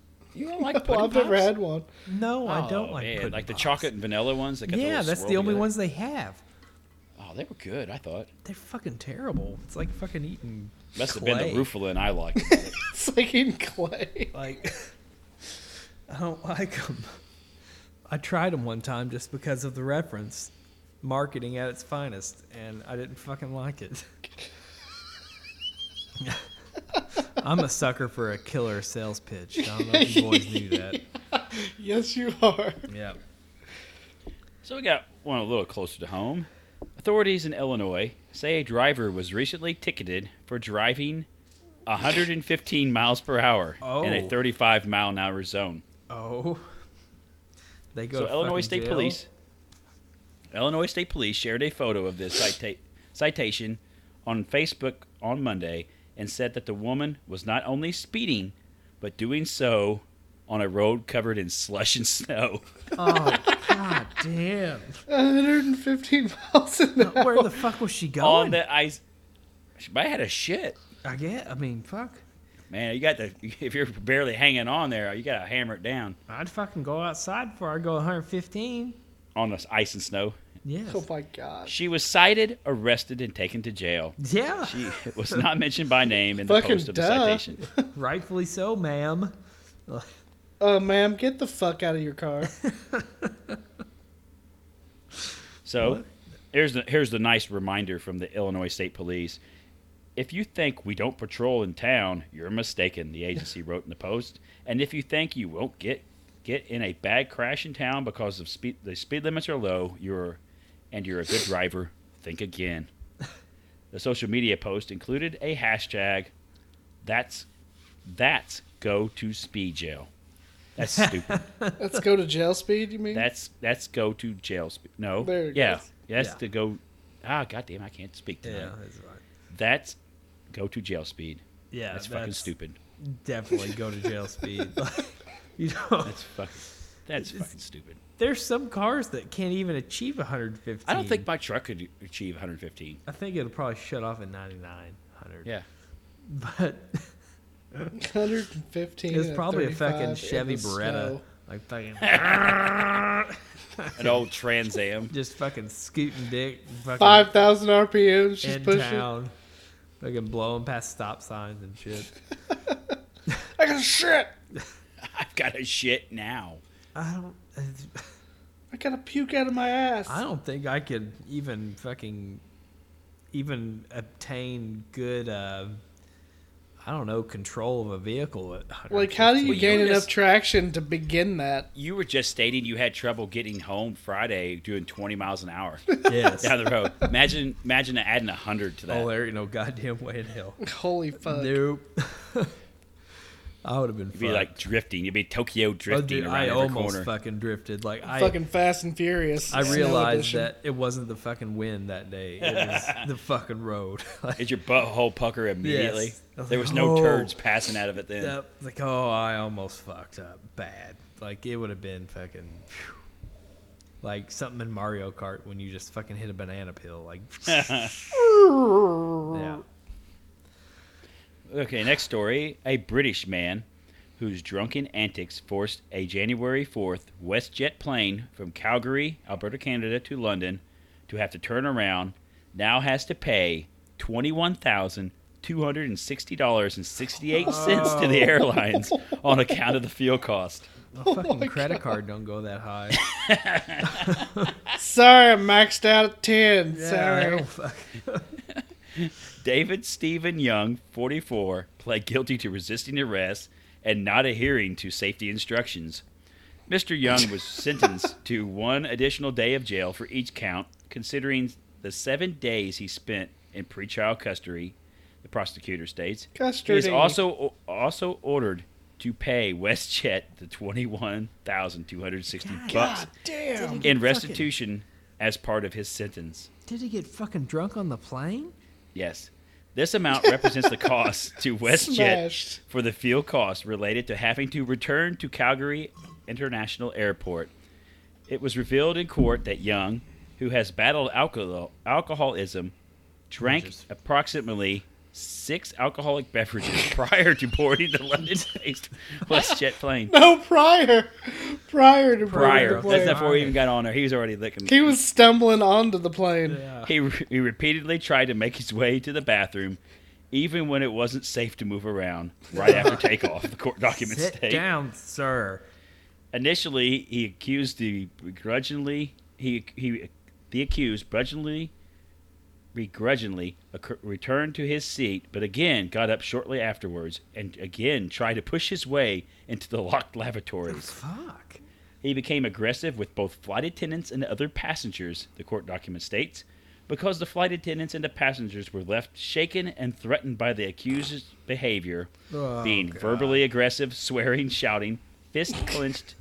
Speaker 2: [LAUGHS]
Speaker 3: You don't like
Speaker 2: Well, I've never had one. [LAUGHS]
Speaker 1: No, I don't
Speaker 3: Oh,
Speaker 1: like
Speaker 3: man,
Speaker 1: pudding
Speaker 3: like the
Speaker 1: pops.
Speaker 3: chocolate and vanilla ones. That got the
Speaker 1: Yeah,
Speaker 3: little
Speaker 1: that's
Speaker 3: swirly
Speaker 1: the only
Speaker 3: in it.
Speaker 1: ones they have.
Speaker 3: Oh, they were good. I thought
Speaker 1: They're fucking terrible. It's like fucking eating.
Speaker 3: must
Speaker 1: clay.
Speaker 3: have been the roofla and I
Speaker 1: [LAUGHS]
Speaker 3: liked. it.
Speaker 2: It's like in clay. [LAUGHS]
Speaker 1: Like, [LAUGHS] I don't like them. I tried them one time just because of the reference, marketing at its finest, and I didn't fucking like it. [LAUGHS] I'm a sucker for a killer sales pitch. I don't know if you boys knew that.
Speaker 3: [LAUGHS]
Speaker 2: Yes, you are.
Speaker 1: Yeah.
Speaker 3: so we got one a little closer to home. Authorities in Illinois say a driver was recently ticketed for driving 115 miles per hour in
Speaker 1: Oh.
Speaker 3: a 35 mile an hour zone.
Speaker 1: Oh. They go.
Speaker 3: So
Speaker 1: to
Speaker 3: Illinois
Speaker 1: fucking
Speaker 3: State
Speaker 1: jail?
Speaker 3: Police, Illinois State Police shared a photo of this cita- citation on Facebook on Monday and said that the woman was not only speeding, but doing so on a road covered in slush
Speaker 1: [LAUGHS]
Speaker 3: and snow.
Speaker 1: Oh god damn!
Speaker 3: [LAUGHS]
Speaker 2: 115 miles an hour.
Speaker 1: Where the fuck was she
Speaker 3: on
Speaker 1: going?
Speaker 3: the ice, she might have had a shit.
Speaker 1: I get. I mean, fuck.
Speaker 3: Man, you got the [LAUGHS] if you're barely hanging on there, you got to hammer it down
Speaker 1: I'd fucking go outside before I go 115.
Speaker 3: on the ice and snow.
Speaker 1: Yes.
Speaker 2: [LAUGHS] Oh my gosh.
Speaker 3: She was cited, arrested, and taken
Speaker 1: [LAUGHS]
Speaker 3: to jail.
Speaker 1: Yeah.
Speaker 3: She was not mentioned by name in the
Speaker 2: Fucking
Speaker 3: post of the
Speaker 2: duh.
Speaker 3: citation.
Speaker 1: Rightfully so, ma'am.
Speaker 2: Uh, ma'am, get the fuck out of your car.
Speaker 3: So here's the here's the nice reminder from the Illinois State Police. If you think we don't patrol in town, you're mistaken, the agency wrote in the post. And if you think you won't get Get in a bad crash in town because of speed, the speed limits are low. You're, and you're a good driver. Think again. The social media post included a hashtag. That's that's go to speed jail. That's stupid.
Speaker 2: Let's go to jail speed. You mean?
Speaker 3: that's that's go to jail speed. No.
Speaker 2: There it
Speaker 3: yeah.
Speaker 2: goes.
Speaker 3: Yes.
Speaker 1: Yeah.
Speaker 3: To go. Ah, goddamn! I can't speak tonight.
Speaker 1: Yeah, that's right.
Speaker 3: That's go to jail speed.
Speaker 1: Yeah,
Speaker 3: that's fucking stupid.
Speaker 1: Definitely go to
Speaker 3: [LAUGHS]
Speaker 1: jail speed. [LAUGHS] you know,
Speaker 3: That's fucking. That's fucking stupid.
Speaker 1: there's some cars that can't even achieve 115.
Speaker 3: I don't think my truck could achieve 115.
Speaker 1: I think it'll probably shut off at 99, 100.
Speaker 3: Yeah.
Speaker 2: [LAUGHS]
Speaker 1: But
Speaker 2: 115.
Speaker 1: it's
Speaker 2: at
Speaker 1: probably a
Speaker 2: 35 in
Speaker 1: fucking
Speaker 2: the
Speaker 1: Chevy Beretta.
Speaker 2: snow.
Speaker 1: Like
Speaker 3: [LAUGHS]
Speaker 1: fucking
Speaker 3: An old Trans Am.
Speaker 1: just fucking scooting dick. Fucking
Speaker 2: Five thousand RPM. She's
Speaker 1: in
Speaker 2: pushing.
Speaker 1: town. Fucking blowing past stop signs and shit.
Speaker 2: I got a shit.
Speaker 3: [LAUGHS] I've got a shit now.
Speaker 1: I don't.
Speaker 2: I got to puke out of my ass.
Speaker 1: I don't think I could even fucking even obtain good. Uh, I don't know control of a vehicle. At 100.
Speaker 2: like, how do you
Speaker 3: Well, you
Speaker 2: gain
Speaker 3: were
Speaker 2: enough
Speaker 3: just-
Speaker 2: traction to begin that? [LAUGHS]
Speaker 3: You were just stating you had trouble getting home Friday doing 20 miles an hour [LAUGHS]
Speaker 1: Yes.
Speaker 3: down the road. Imagine, imagine adding 100 to that.
Speaker 1: oh, there ain't no goddamn way in hell.
Speaker 2: Holy fuck!
Speaker 1: Nope. [LAUGHS] I would have been.
Speaker 3: You'd be like drifting. You'd be Tokyo
Speaker 1: oh,
Speaker 3: drifting
Speaker 1: dude,
Speaker 3: around
Speaker 1: I
Speaker 3: every
Speaker 1: almost
Speaker 3: corner.
Speaker 1: fucking drifted. Like I.
Speaker 2: fucking Fast and Furious.
Speaker 1: I
Speaker 2: Snow
Speaker 1: realized
Speaker 2: edition.
Speaker 1: that it wasn't the fucking wind that day. It was
Speaker 3: [LAUGHS]
Speaker 1: the fucking road. [LAUGHS] Like,
Speaker 3: Did your butthole pucker immediately?
Speaker 1: Yes. I was
Speaker 3: There
Speaker 1: like,
Speaker 3: was no
Speaker 1: "Oh."
Speaker 3: turds passing out of it then.
Speaker 1: Yep. Like, oh, I almost fucked up bad. Like, it would have been fucking. phew. Like something in Mario Kart when you just fucking hit a banana peel. Like, yeah.
Speaker 3: Okay, next story. A British man whose drunken antics forced a January 4th WestJet plane from Calgary, Alberta, Canada to London to have to turn around now has to pay $21,260.68 to the
Speaker 1: Oh.
Speaker 3: airlines on account of the fuel cost.
Speaker 1: My fucking credit card don't go that high.
Speaker 2: Sorry, I maxed out at ten.
Speaker 1: Yeah, I
Speaker 2: Sorry.
Speaker 1: don't fuck- [LAUGHS]
Speaker 3: David Stephen Young, 44, pled guilty to resisting arrest and not adhering to safety instructions. Mr.
Speaker 2: [LAUGHS]
Speaker 3: Young was sentenced to one additional day of jail for each count, considering the seven days he spent in pretrial custody, the prosecutor states. He is
Speaker 2: Custody.
Speaker 3: also, also ordered to pay WestJet the 21260 bucks
Speaker 2: God damn.
Speaker 1: Did he
Speaker 3: in
Speaker 1: get
Speaker 3: restitution as part of his sentence.
Speaker 1: fucking- Did he get fucking drunk on the plane?
Speaker 3: Yes. This amount represents the cost
Speaker 2: [LAUGHS]
Speaker 3: to WestJet
Speaker 2: Smashed.
Speaker 3: for the fuel cost related to having to return to Calgary International Airport. It was revealed in court that Young, who has battled alcohol, alcoholism, drank
Speaker 1: Jesus.
Speaker 3: approximately six alcoholic beverages [LAUGHS] prior to boarding
Speaker 2: [LAUGHS]
Speaker 3: the London-based WestJet plane.
Speaker 2: No, prior, prior to
Speaker 3: Prior.
Speaker 2: prior. The
Speaker 3: That's
Speaker 2: plane.
Speaker 1: not-
Speaker 3: before we even got on there. He was already licking.
Speaker 2: He was stumbling onto the plane.
Speaker 1: [LAUGHS] Yeah.
Speaker 3: He, re- he repeatedly tried to make his way to the bathroom, even when it wasn't safe to move around
Speaker 1: [LAUGHS]
Speaker 3: right after takeoff, the court documents
Speaker 1: Sit
Speaker 3: state.
Speaker 1: down, sir.
Speaker 3: Initially, he accused the begrudgingly, he, he, the accused begrudgingly, begrudgingly acc- returned to his seat, but again got up shortly afterwards and again tried to push his way into the locked lavatories.
Speaker 1: Fuck.
Speaker 3: He became aggressive with both flight attendants and other passengers, the court document states, because the flight attendants and the passengers were left shaken and threatened by the accused's behavior,
Speaker 1: Oh,
Speaker 3: being
Speaker 1: God.
Speaker 3: verbally aggressive, swearing, shouting, fist clenched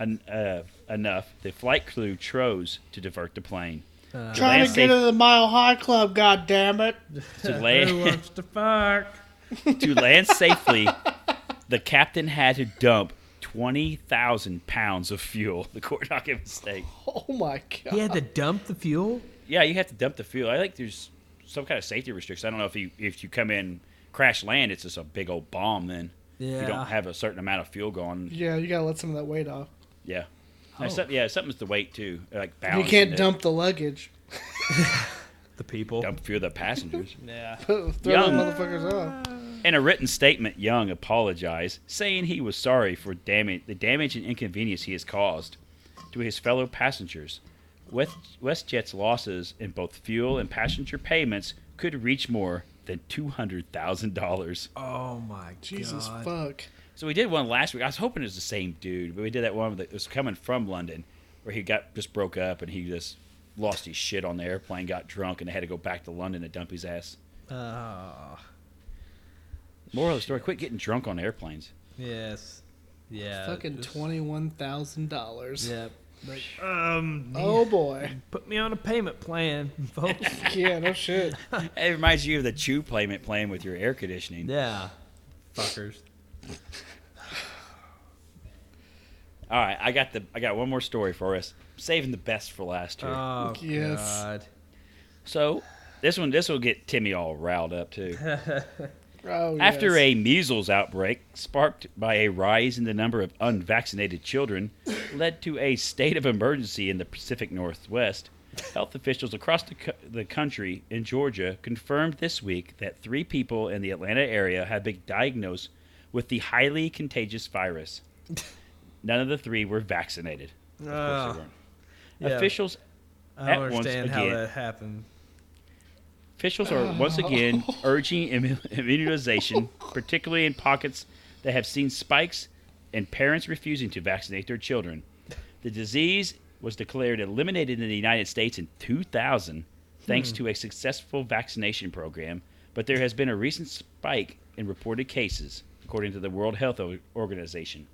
Speaker 3: en- uh, enough. The flight crew chose to divert the plane.
Speaker 1: Uh,
Speaker 3: To
Speaker 2: Trying
Speaker 3: land
Speaker 2: to
Speaker 3: safe-
Speaker 2: get to the Mile High Club. God damn it!
Speaker 3: to land-
Speaker 1: Who wants to fuck?
Speaker 3: to land safely, the captain had to dump 20,000 pounds of fuel, the court document states.
Speaker 2: [LAUGHS] Oh my god.
Speaker 1: He had to dump the fuel.
Speaker 3: Yeah, you have to dump the fuel. I think there's some kind of safety restriction. I don't know if you if you come in crash land, it's just a big old bomb. Then if you
Speaker 1: Yeah.
Speaker 3: don't have a certain amount of fuel gone.
Speaker 2: Yeah, you gotta let some of that weight off.
Speaker 3: Yeah, And some- yeah, something's the weight too. Like
Speaker 2: Oh. You
Speaker 3: balance.
Speaker 2: can't dump the luggage. [LAUGHS]
Speaker 1: The people.
Speaker 3: dump fuel
Speaker 2: [LAUGHS]
Speaker 3: the passengers.
Speaker 1: Yeah.
Speaker 2: Throw
Speaker 3: Young.
Speaker 2: them motherfuckers off.
Speaker 3: In a written statement, Young apologized, saying he was sorry for damage, the damage and inconvenience he has caused to his fellow passengers. West, WestJet's losses in both fuel and passenger payments could reach more than two hundred thousand dollars.
Speaker 1: Oh my
Speaker 2: Jesus
Speaker 1: god.
Speaker 2: fuck.
Speaker 3: So we did one last week. I was hoping it was the same dude, but we did that one that was coming from London, where he got just broke up and he just lost his shit on the airplane, got drunk, and they had to go back to London to dump his ass.
Speaker 1: Oh,
Speaker 3: Moral of the story: Quit getting drunk on airplanes.
Speaker 1: yes. Yeah.
Speaker 2: Fucking
Speaker 1: just-
Speaker 2: twenty-one thousand dollars.
Speaker 1: Yep. Like, um,
Speaker 2: Oh boy. [LAUGHS]
Speaker 1: put me on a payment plan, [LAUGHS] folks.
Speaker 2: yeah. No shit.
Speaker 3: It reminds you of the chew payment playing with your air conditioning.
Speaker 1: yeah. Fuckers.
Speaker 3: All right, I got the I got one more story for us. saving the best for last here.
Speaker 1: Oh,
Speaker 2: Yes.
Speaker 1: God.
Speaker 3: so this one this will get Timmy all riled up too. [LAUGHS]
Speaker 2: Oh,
Speaker 3: After
Speaker 2: yes.
Speaker 3: a measles outbreak sparked by a rise in the number of unvaccinated children led to a state of emergency in the Pacific Northwest, health officials across the, co- the country in Georgia confirmed this week that three people in the Atlanta area have been diagnosed with the highly contagious virus. None of the three were vaccinated. Of course they
Speaker 1: Ah,
Speaker 3: weren't.
Speaker 1: yeah.
Speaker 3: Officials
Speaker 1: I don't
Speaker 3: at once
Speaker 1: understand how
Speaker 3: again-
Speaker 1: that happened.
Speaker 3: Officials are once again urging immu- immunization, particularly in pockets that have seen spikes and parents refusing to vaccinate their children. The disease was declared eliminated in the United States in 2000 thanks to a successful vaccination program, but there has been a recent spike in reported cases, according to the World Health O- Organization.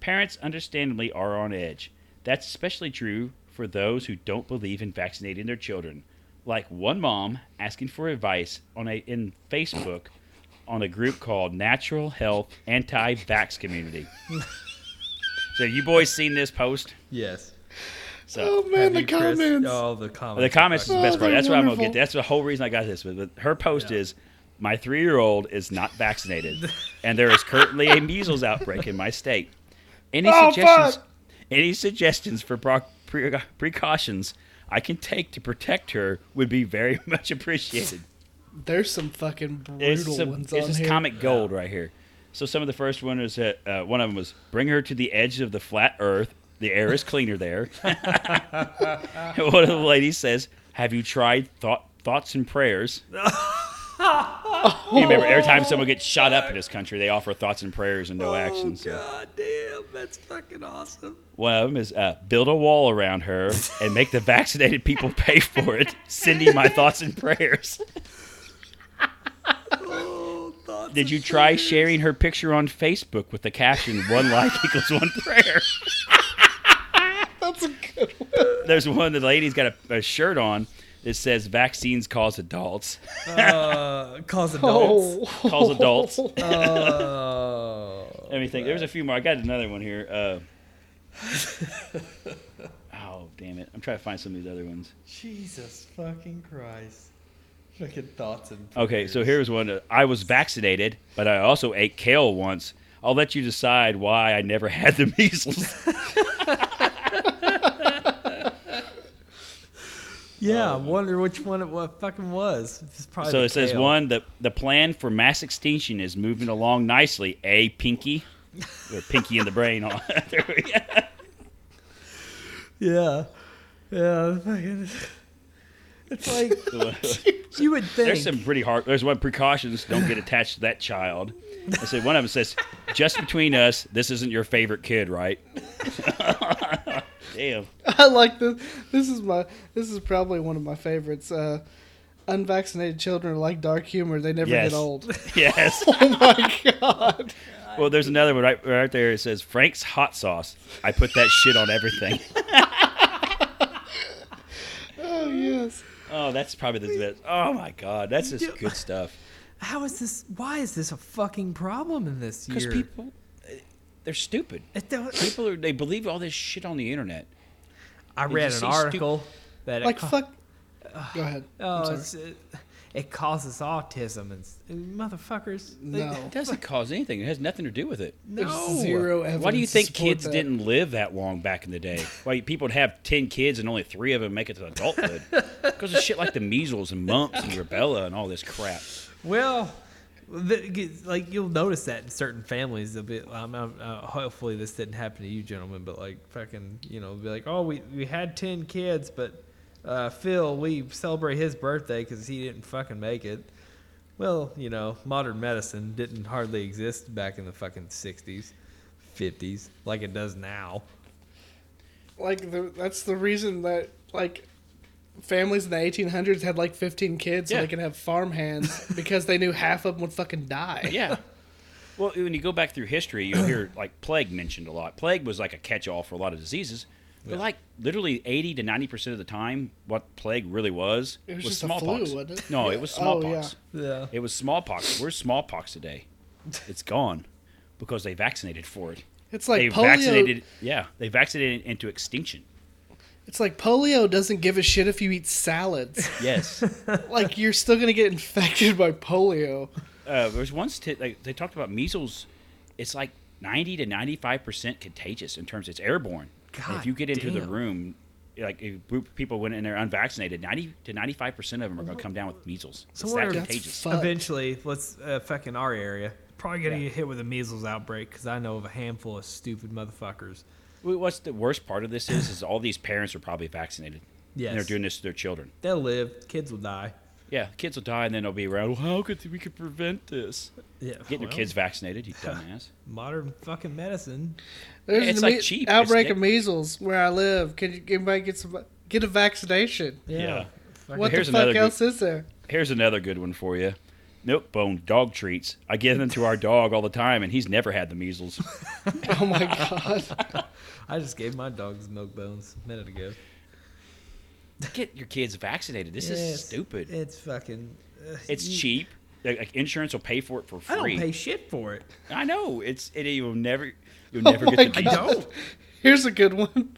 Speaker 3: Parents, understandably, are on edge. That's especially true for those who don't believe in vaccinating their children. Like one mom asking for advice on a in Facebook on a group called Natural Health Anti-Vax Community. so you boys seen this post?
Speaker 1: Yes.
Speaker 3: So
Speaker 2: oh man,
Speaker 1: Have
Speaker 2: the
Speaker 1: you, Chris?
Speaker 2: comments.
Speaker 1: Oh, the comments.
Speaker 3: the comments is the
Speaker 1: are
Speaker 3: best
Speaker 2: Oh,
Speaker 3: part.
Speaker 2: they're
Speaker 3: That's what I'm gonna
Speaker 2: wonderful.
Speaker 3: get. That's the whole reason I got this. But but her post is, my three-year-old is not vaccinated, and there is currently a measles outbreak in my state. Any
Speaker 2: Oh,
Speaker 3: suggestions?
Speaker 2: fuck.
Speaker 3: Any suggestions for pro- pre- precautions I can take to protect her would be very [LAUGHS] much appreciated.
Speaker 2: There's some fucking
Speaker 3: It's
Speaker 2: brutal
Speaker 3: some,
Speaker 2: ones
Speaker 3: it's
Speaker 2: on
Speaker 3: just
Speaker 2: here.
Speaker 3: comic gold right here. So some of the first one is that uh, one of them was bring her to the edge of the flat Earth. The air is cleaner there. [LAUGHS] And one of the ladies says, "Have you tried thought, thoughts and prayers?" [LAUGHS] you remember every time someone gets shot up in this country, they offer thoughts and prayers and no action. So.
Speaker 1: Oh, God damn, that's fucking awesome.
Speaker 3: One of them is uh, build a wall around her and make the vaccinated people pay for it. Cindy, my thoughts and prayers.
Speaker 1: Oh,
Speaker 3: Did you try sharing her picture on Facebook with the caption "One like [LAUGHS] equals one prayer"? [LAUGHS]
Speaker 2: That's a good one.
Speaker 3: There's one. The lady's got a, a shirt on that says "Vaccines cause adults."
Speaker 1: Uh, cause adults.
Speaker 2: Oh.
Speaker 3: Calls
Speaker 2: [LAUGHS]
Speaker 3: adults.
Speaker 1: Oh. Uh,
Speaker 3: [LAUGHS] Let me think. There was a few more. I got another one here. Uh, [LAUGHS] oh damn it! I'm trying to find some of these other ones.
Speaker 1: Jesus fucking Christ. Fucking thoughts and
Speaker 3: Okay, so here's one. Uh, I was vaccinated, but I also ate kale once. I'll let you decide why I never had the [LAUGHS] measles.
Speaker 1: Yeah, I wonder which one it what fucking was. It's probably
Speaker 3: so
Speaker 1: the
Speaker 3: it says
Speaker 1: kale.
Speaker 3: one the the plan for mass extinction is moving along nicely. A pinky, or pinky in the brain. [LAUGHS] On there we go.
Speaker 1: Yeah. Yeah. Fucking. It's [LAUGHS] like you would think.
Speaker 3: There's some pretty hard. There's one precautions. Don't get attached to that child. I said one of them says, "Just between us, this isn't your favorite kid, right?" Damn.
Speaker 2: [LAUGHS] I like this. This is my. This is probably one of my favorites. Uh, unvaccinated children are like dark humor. They never
Speaker 3: Yes.
Speaker 2: get
Speaker 3: [LAUGHS]
Speaker 2: old. [LAUGHS]
Speaker 3: Yes.
Speaker 2: oh my god.
Speaker 3: Well, there's another one right, right there. It says Frank's hot sauce. I put that shit on everything.
Speaker 2: Oh yes.
Speaker 3: [LAUGHS] Oh, that's probably the best. Oh my god, that's just good [LAUGHS] stuff.
Speaker 1: How is this? Why is this a fucking problem in this
Speaker 3: Because
Speaker 1: year?
Speaker 3: people, they're stupid.
Speaker 1: It don't-
Speaker 3: People are they believe all this shit on the internet.
Speaker 1: I
Speaker 3: Did
Speaker 1: read
Speaker 3: you
Speaker 1: an
Speaker 3: see
Speaker 1: article that it
Speaker 2: Like
Speaker 1: co-
Speaker 2: fuck. Go ahead.
Speaker 3: Uh,
Speaker 2: I'm
Speaker 1: Oh,
Speaker 2: sorry.
Speaker 1: it's, it, it causes autism and s- motherfuckers. they-
Speaker 2: No.
Speaker 3: It doesn't cause anything. It has nothing to do with it.
Speaker 2: There's
Speaker 1: no.
Speaker 2: zero evidence.
Speaker 3: Why do you
Speaker 2: to
Speaker 3: think
Speaker 2: support
Speaker 3: kids
Speaker 2: that.
Speaker 3: didn't live that long back in the day? Why people would have ten kids and only three of them make it to
Speaker 2: [LAUGHS]
Speaker 3: adulthood? Because of shit like the measles and mumps and rubella and all this crap.
Speaker 1: Well, the, g- like you'll notice that in certain families, they'll be. I'm, I'm, uh, hopefully, this didn't happen to you, gentlemen, but like fucking, you know, be like, oh, we we had ten kids, but uh, Phil, we celebrate his birthday because he didn't fucking make it. Well, you know, modern medicine didn't hardly exist back in the fucking 60s, 50s, like it does now.
Speaker 2: Like the, that's the reason that like families in the 1800s had like 15 kids so
Speaker 3: Yeah.
Speaker 2: they could have farm
Speaker 3: [LAUGHS]
Speaker 2: hands because they knew half of them would fucking die.
Speaker 3: Yeah. [LAUGHS] Well, when you go back through history, you'll hear [CLEARS THROAT] like plague mentioned a lot. Plague was like a catch-all for a lot of diseases, but like literally eighty to ninety percent of the time, what plague really was
Speaker 2: It was just a
Speaker 3: smallpox.
Speaker 2: flu, wasn't it?
Speaker 3: No,
Speaker 2: Yeah.
Speaker 3: it was
Speaker 2: Oh,
Speaker 3: smallpox.
Speaker 1: Yeah.
Speaker 3: It was smallpox. Where's smallpox today? It's gone because they vaccinated for it.
Speaker 2: It's like
Speaker 3: they
Speaker 2: polio.
Speaker 3: vaccinated. Yeah, they vaccinated it into extinction.
Speaker 2: It's like polio doesn't give a shit if you eat
Speaker 3: [LAUGHS]
Speaker 2: salads.
Speaker 3: Yes.
Speaker 2: like you're still gonna get infected by polio.
Speaker 3: uh, there was one st- like, they talked about measles. It's like ninety to ninety-five percent contagious in terms. It's airborne.
Speaker 1: God
Speaker 3: if you get into the
Speaker 1: damn.
Speaker 3: room, like if group of people went in there unvaccinated, ninety to ninety-five percent of them are going to come down with measles. It's
Speaker 1: So what
Speaker 3: that
Speaker 1: are-
Speaker 2: That's
Speaker 3: contagious.
Speaker 2: fucked.
Speaker 1: Eventually, let's uh, fucking our area. Probably gonna
Speaker 3: Yeah.
Speaker 1: get hit with a measles outbreak because I know of a handful of stupid motherfuckers.
Speaker 3: Wh- What's the worst part of this is is all these parents are probably vaccinated.
Speaker 1: Yes.
Speaker 3: And they're doing this to their children.
Speaker 1: They'll live. Kids will die.
Speaker 3: Yeah, kids will die, and then they'll be around. Well, how could we could prevent this?
Speaker 1: Yeah,
Speaker 3: Get your
Speaker 1: well,
Speaker 3: kids vaccinated, you dumbass.
Speaker 1: Modern fucking medicine.
Speaker 2: There's
Speaker 3: It's
Speaker 2: an
Speaker 3: like
Speaker 2: imme-
Speaker 3: cheap, isn't
Speaker 2: outbreak
Speaker 3: it?
Speaker 2: of measles where I live. Can you, anybody get some get a vaccination?
Speaker 3: Yeah.
Speaker 1: Fucking-
Speaker 2: What
Speaker 3: Here's
Speaker 2: the fuck
Speaker 3: another
Speaker 2: else is there?
Speaker 3: Here's another good one for you. Milk bone dog treats. I give them to our dog all the time, and he's never had the measles.
Speaker 2: Oh my god! [LAUGHS]
Speaker 1: I just gave my dogs milk bones a minute ago.
Speaker 3: [LAUGHS] Get your kids vaccinated. This
Speaker 1: Yes,
Speaker 3: is stupid.
Speaker 1: It's fucking. uh,
Speaker 3: it's
Speaker 1: you-
Speaker 3: cheap. Like, like, insurance will pay for it for
Speaker 1: I don't
Speaker 3: free.
Speaker 1: pay shit for it.
Speaker 3: I know. It's it. You'll never. You'll
Speaker 1: Oh
Speaker 3: never get the
Speaker 2: my
Speaker 1: I
Speaker 3: measles.
Speaker 1: don't.
Speaker 2: Here's a good one.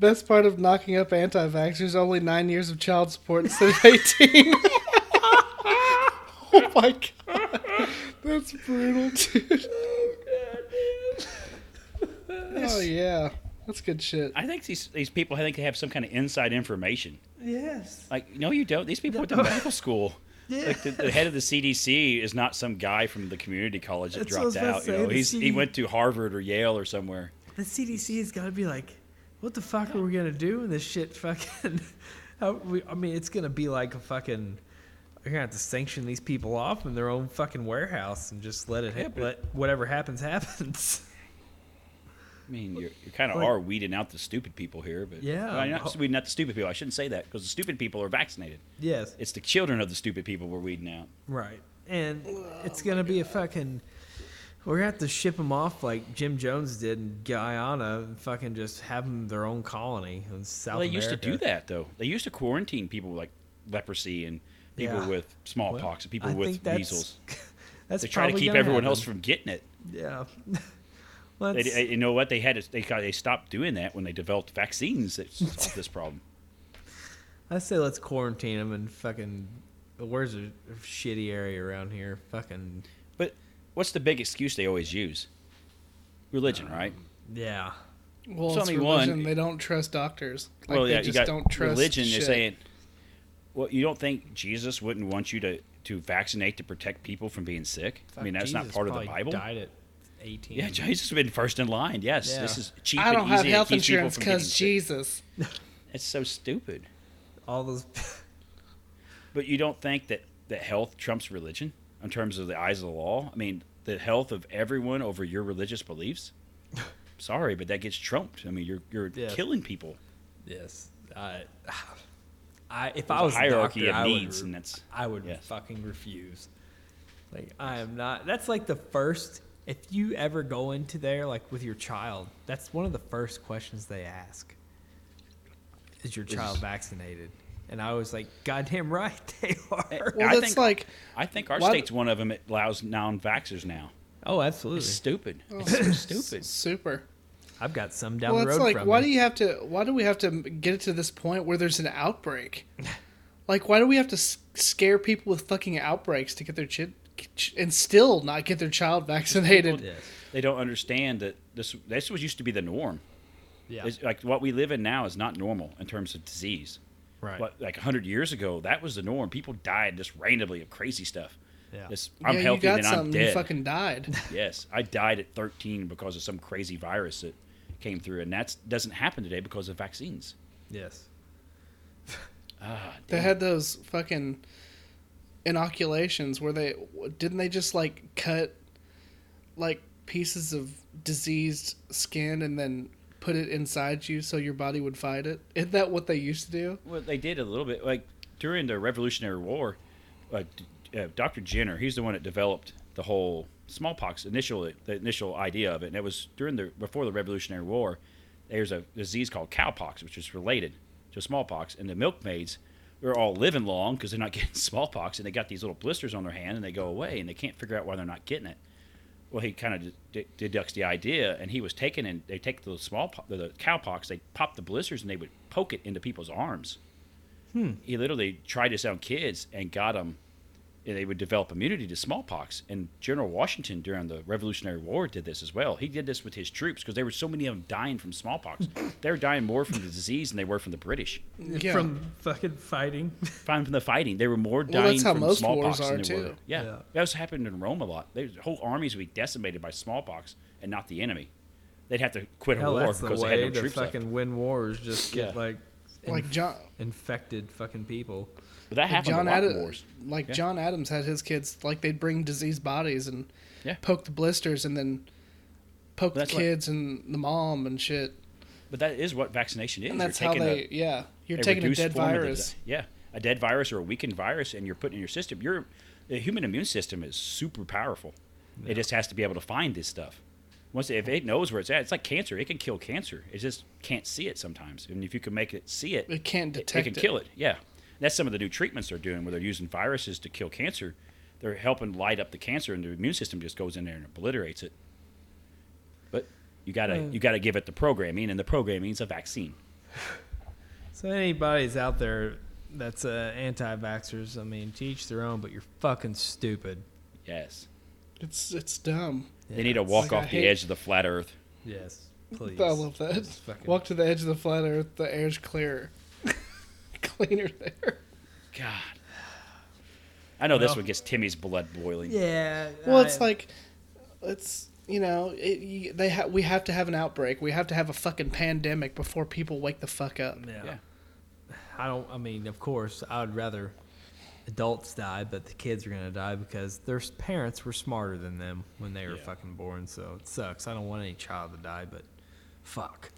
Speaker 2: Best part of knocking up anti-vaxxers: only nine years of child support instead of eighteen. [LAUGHS] oh my god, that's brutal, dude. Oh yeah, that's good shit.
Speaker 3: I think these these people. I think they have some kind of inside information.
Speaker 1: [LAUGHS] Yes.
Speaker 3: Like no, you don't. These people went to
Speaker 1: [LAUGHS]
Speaker 3: medical school. Like the, the head of the CDC is not some guy from the community college that
Speaker 1: That's what I was
Speaker 3: dropped
Speaker 1: about to
Speaker 3: out.
Speaker 1: say,
Speaker 3: You know,
Speaker 1: the
Speaker 3: he's
Speaker 1: CD
Speaker 3: he went to Harvard or Yale or somewhere.
Speaker 1: The CDC has got to be like, what the fuck are we gonna do when this shit fucking? [LAUGHS] How we, I mean, it's gonna be like a fucking. You're gonna have to sanction these people off in their own fucking warehouse and just let it
Speaker 3: Yeah,
Speaker 1: hap
Speaker 3: but-
Speaker 1: let whatever happens [LAUGHS] happens.
Speaker 3: I mean, you're, you kind of
Speaker 1: Like-
Speaker 3: are weeding out the stupid people here, but
Speaker 1: Yeah.
Speaker 3: well, you're not weeding out the stupid people. I shouldn't say that because the stupid people are vaccinated.
Speaker 1: yes.
Speaker 3: It's the children of the stupid people we're weeding out.
Speaker 1: Right. And it's going to be a fucking. We're going to have to ship them off like Jim Jones did in Guyana and fucking just have them their own colony in South
Speaker 3: Well, they
Speaker 1: America.
Speaker 3: used to do that though. They used to quarantine people with, like leprosy and people
Speaker 1: Yeah.
Speaker 3: with smallpox and people
Speaker 1: I think
Speaker 3: with
Speaker 1: that's,
Speaker 3: measles.
Speaker 1: [LAUGHS] That's
Speaker 3: They try to
Speaker 1: probably
Speaker 3: keep
Speaker 1: gonna
Speaker 3: everyone
Speaker 1: happen.
Speaker 3: else from getting it.
Speaker 1: Yeah. [LAUGHS] Well,
Speaker 3: They,
Speaker 1: that's-
Speaker 3: they- you know what? They had to, they got- they stopped doing that when they developed vaccines that solved this problem.
Speaker 1: I say let's quarantine them and fucking. Where's a shitty area around here? Fucking.
Speaker 3: But what's the big excuse they always use? Religion, right?
Speaker 1: Yeah.
Speaker 2: Well,
Speaker 3: Tell
Speaker 2: it's
Speaker 3: me
Speaker 2: religion.
Speaker 3: one-
Speaker 2: They don't trust doctors. Like,
Speaker 3: well,
Speaker 2: they
Speaker 3: yeah,
Speaker 2: just
Speaker 3: you got
Speaker 2: don't trust
Speaker 3: religion.
Speaker 2: Shit.
Speaker 3: They're saying, well, you don't think Jesus wouldn't want you to, to vaccinate to protect people from being sick? I mean,
Speaker 1: Fuck,
Speaker 3: that's not
Speaker 1: Jesus
Speaker 3: part of the
Speaker 1: probably
Speaker 3: Bible.
Speaker 1: Died at 18.
Speaker 3: Yeah, Jesus would been first in line. Yes,
Speaker 1: Yeah.
Speaker 3: this is cheap
Speaker 2: I don't
Speaker 3: and
Speaker 2: have
Speaker 3: easy to
Speaker 2: health
Speaker 3: keep people
Speaker 2: insurance
Speaker 3: from getting
Speaker 2: because
Speaker 3: sick.
Speaker 2: Jesus.
Speaker 3: It's so stupid.
Speaker 1: All those.
Speaker 3: But you don't think that, that health trumps religion in terms of the eyes of the law? I mean, the health of everyone over your religious beliefs? Sorry, but that gets trumped. I mean, you're, you're
Speaker 1: Yeah.
Speaker 3: killing people.
Speaker 1: yes. I. I, if
Speaker 3: There's
Speaker 1: I was
Speaker 3: a
Speaker 1: a
Speaker 3: hierarchy
Speaker 1: doctor, I
Speaker 3: of
Speaker 1: would
Speaker 3: needs, and that's
Speaker 1: I would
Speaker 3: Yes.
Speaker 1: fucking refuse. Like I am not. That's like the first. If you ever go into there, like with your child, that's one of the first questions they ask. Is your child vaccinated? And I was like, goddamn right [LAUGHS] they
Speaker 3: Eh,
Speaker 1: are.
Speaker 2: Well,
Speaker 3: I
Speaker 2: that's
Speaker 3: think-
Speaker 2: like
Speaker 3: I think our
Speaker 2: Why-
Speaker 3: state's one of them that allows non-vaxxers now.
Speaker 1: Oh,
Speaker 3: It's
Speaker 1: absolutely.
Speaker 3: stupid.
Speaker 2: Oh.
Speaker 3: It's so stupid.
Speaker 2: super.
Speaker 1: I've got some down
Speaker 2: well,
Speaker 1: the
Speaker 2: it's
Speaker 1: road
Speaker 2: like
Speaker 1: from
Speaker 2: why
Speaker 1: me.
Speaker 2: do you have to? Why do we have to get it to this point where there's an
Speaker 3: [LAUGHS]
Speaker 2: outbreak? like, why do we have to s- scare people with fucking outbreaks to get their chid ch- and still not get their child vaccinated?
Speaker 1: Yes.
Speaker 3: They don't understand that this this was used to be the norm.
Speaker 1: Yeah.
Speaker 3: It's like what we live in now is not normal in terms of disease.
Speaker 1: Right.
Speaker 3: But like 100 years ago, that was the norm. People died just randomly of crazy stuff.
Speaker 1: Yeah.
Speaker 3: This, I'm
Speaker 2: yeah,
Speaker 3: healthy
Speaker 2: you
Speaker 3: and
Speaker 2: got
Speaker 3: I'm
Speaker 2: something. You
Speaker 3: dead.
Speaker 2: fucking died.
Speaker 3: Yes, I died at 13 because of some crazy virus that came through, and that doesn't happen today because of vaccines.
Speaker 1: Yes.
Speaker 3: Ah,
Speaker 2: They had those fucking inoculations where they didn't they just like cut like pieces of diseased skin and then put it inside you so your body would fight it? Isn't that what they used to do?
Speaker 3: Well, they did a little bit. Like during the Revolutionary War, uh, d- uh, Dr. Jenner, he's the one that developed the whole smallpox initial the initial idea of it, and it was during the before the Revolutionary War. There's a disease called cowpox, which is related to smallpox, and the milkmaids they're all living long because they're not [LAUGHS] getting smallpox, and they got these little blisters on their hand, and they go away, and they can't figure out why they're not getting it. Well, he kind of d- deducts the idea, and he was taken and they take the small the, the cowpox, they pop the blisters, and they would poke it into people's arms. He literally tried this on kids and got them. And they would develop immunity to smallpox. And General Washington during the Revolutionary War did this as well. He did this with his troops because there were so many of them dying from smallpox. they were dying more from the disease than they were from the British.
Speaker 2: Yeah.
Speaker 4: From fucking fighting. [LAUGHS]
Speaker 3: Fine from the fighting. They were more dying
Speaker 2: Well, that's how
Speaker 3: from
Speaker 2: most wars
Speaker 3: smallpox than
Speaker 2: are,
Speaker 3: they were.
Speaker 2: too.
Speaker 3: Yeah.
Speaker 4: Yeah.
Speaker 3: that was happening in Rome a lot. They, whole armies would be decimated by smallpox and not the enemy. They'd have to quit
Speaker 4: Hell,
Speaker 3: a war
Speaker 4: that's the
Speaker 3: because they had
Speaker 4: way
Speaker 3: no
Speaker 4: to
Speaker 3: troops left.
Speaker 4: fucking win wars. Just get
Speaker 3: Yeah.
Speaker 4: like,
Speaker 2: Like
Speaker 4: inf-
Speaker 2: John-
Speaker 4: infected fucking people.
Speaker 3: But that happened
Speaker 2: John
Speaker 3: a lot in
Speaker 2: Adda-
Speaker 3: wars.
Speaker 2: like
Speaker 3: Yeah.
Speaker 2: John Adams had his kids like they'd bring diseased bodies and
Speaker 3: Yeah.
Speaker 2: poke the blisters and then poke
Speaker 3: That's
Speaker 2: the
Speaker 3: what-
Speaker 2: kids and the mom and shit.
Speaker 3: But that is what vaccination is.
Speaker 2: And
Speaker 3: You're
Speaker 2: that's how
Speaker 3: taking a-
Speaker 2: they yeah. You're
Speaker 3: a
Speaker 2: taking a
Speaker 3: reduced
Speaker 2: dead
Speaker 3: form of the
Speaker 2: virus.
Speaker 3: di- yeah, a dead virus or a weakened virus, and you're putting it in your system. Your the human immune system is super powerful. It just has to be able to find this stuff. Once if it knows where it's at, it's like cancer. It can kill cancer. It just can't see it sometimes. And if you can make it see it,
Speaker 2: It can't
Speaker 3: it-
Speaker 2: detect
Speaker 3: It can kill it. Yeah, that's some of the new treatments they're doing, where they're using viruses to kill cancer. They're helping light up the cancer, and the immune system just goes in there and obliterates it. But you gotta
Speaker 2: Hmm.
Speaker 3: you gotta give it the programming, and the programming's a vaccine.
Speaker 1: So anybody's out there that's uh, anti-vaxxers, I mean, to each their own. But you're fucking stupid.
Speaker 3: Yes.
Speaker 2: It's it's dumb.
Speaker 3: They need to
Speaker 2: like,
Speaker 3: walk
Speaker 2: I
Speaker 3: off the
Speaker 2: hate-
Speaker 3: edge of the flat Earth.
Speaker 1: Yes, please.
Speaker 2: I love that.
Speaker 1: Just fucking-
Speaker 2: Walk to the edge of the flat earth, the air's clearer. [LAUGHS] Cleaner there.
Speaker 3: God, I know this
Speaker 1: Well-
Speaker 3: one gets Timmy's blood boiling.
Speaker 1: Yeah.
Speaker 2: Well, it's
Speaker 1: I-
Speaker 2: like, it's you know, it, you, they ha- we have to have an outbreak. We have to have a fucking pandemic before people wake the fuck up.
Speaker 1: Yeah.
Speaker 3: Yeah.
Speaker 1: I don't. I mean, of course, I would rather adults die, but the kids are gonna die because their s- parents were smarter than them when they were
Speaker 3: Yeah.
Speaker 1: fucking born. So it sucks. I don't want any child to die, but fuck.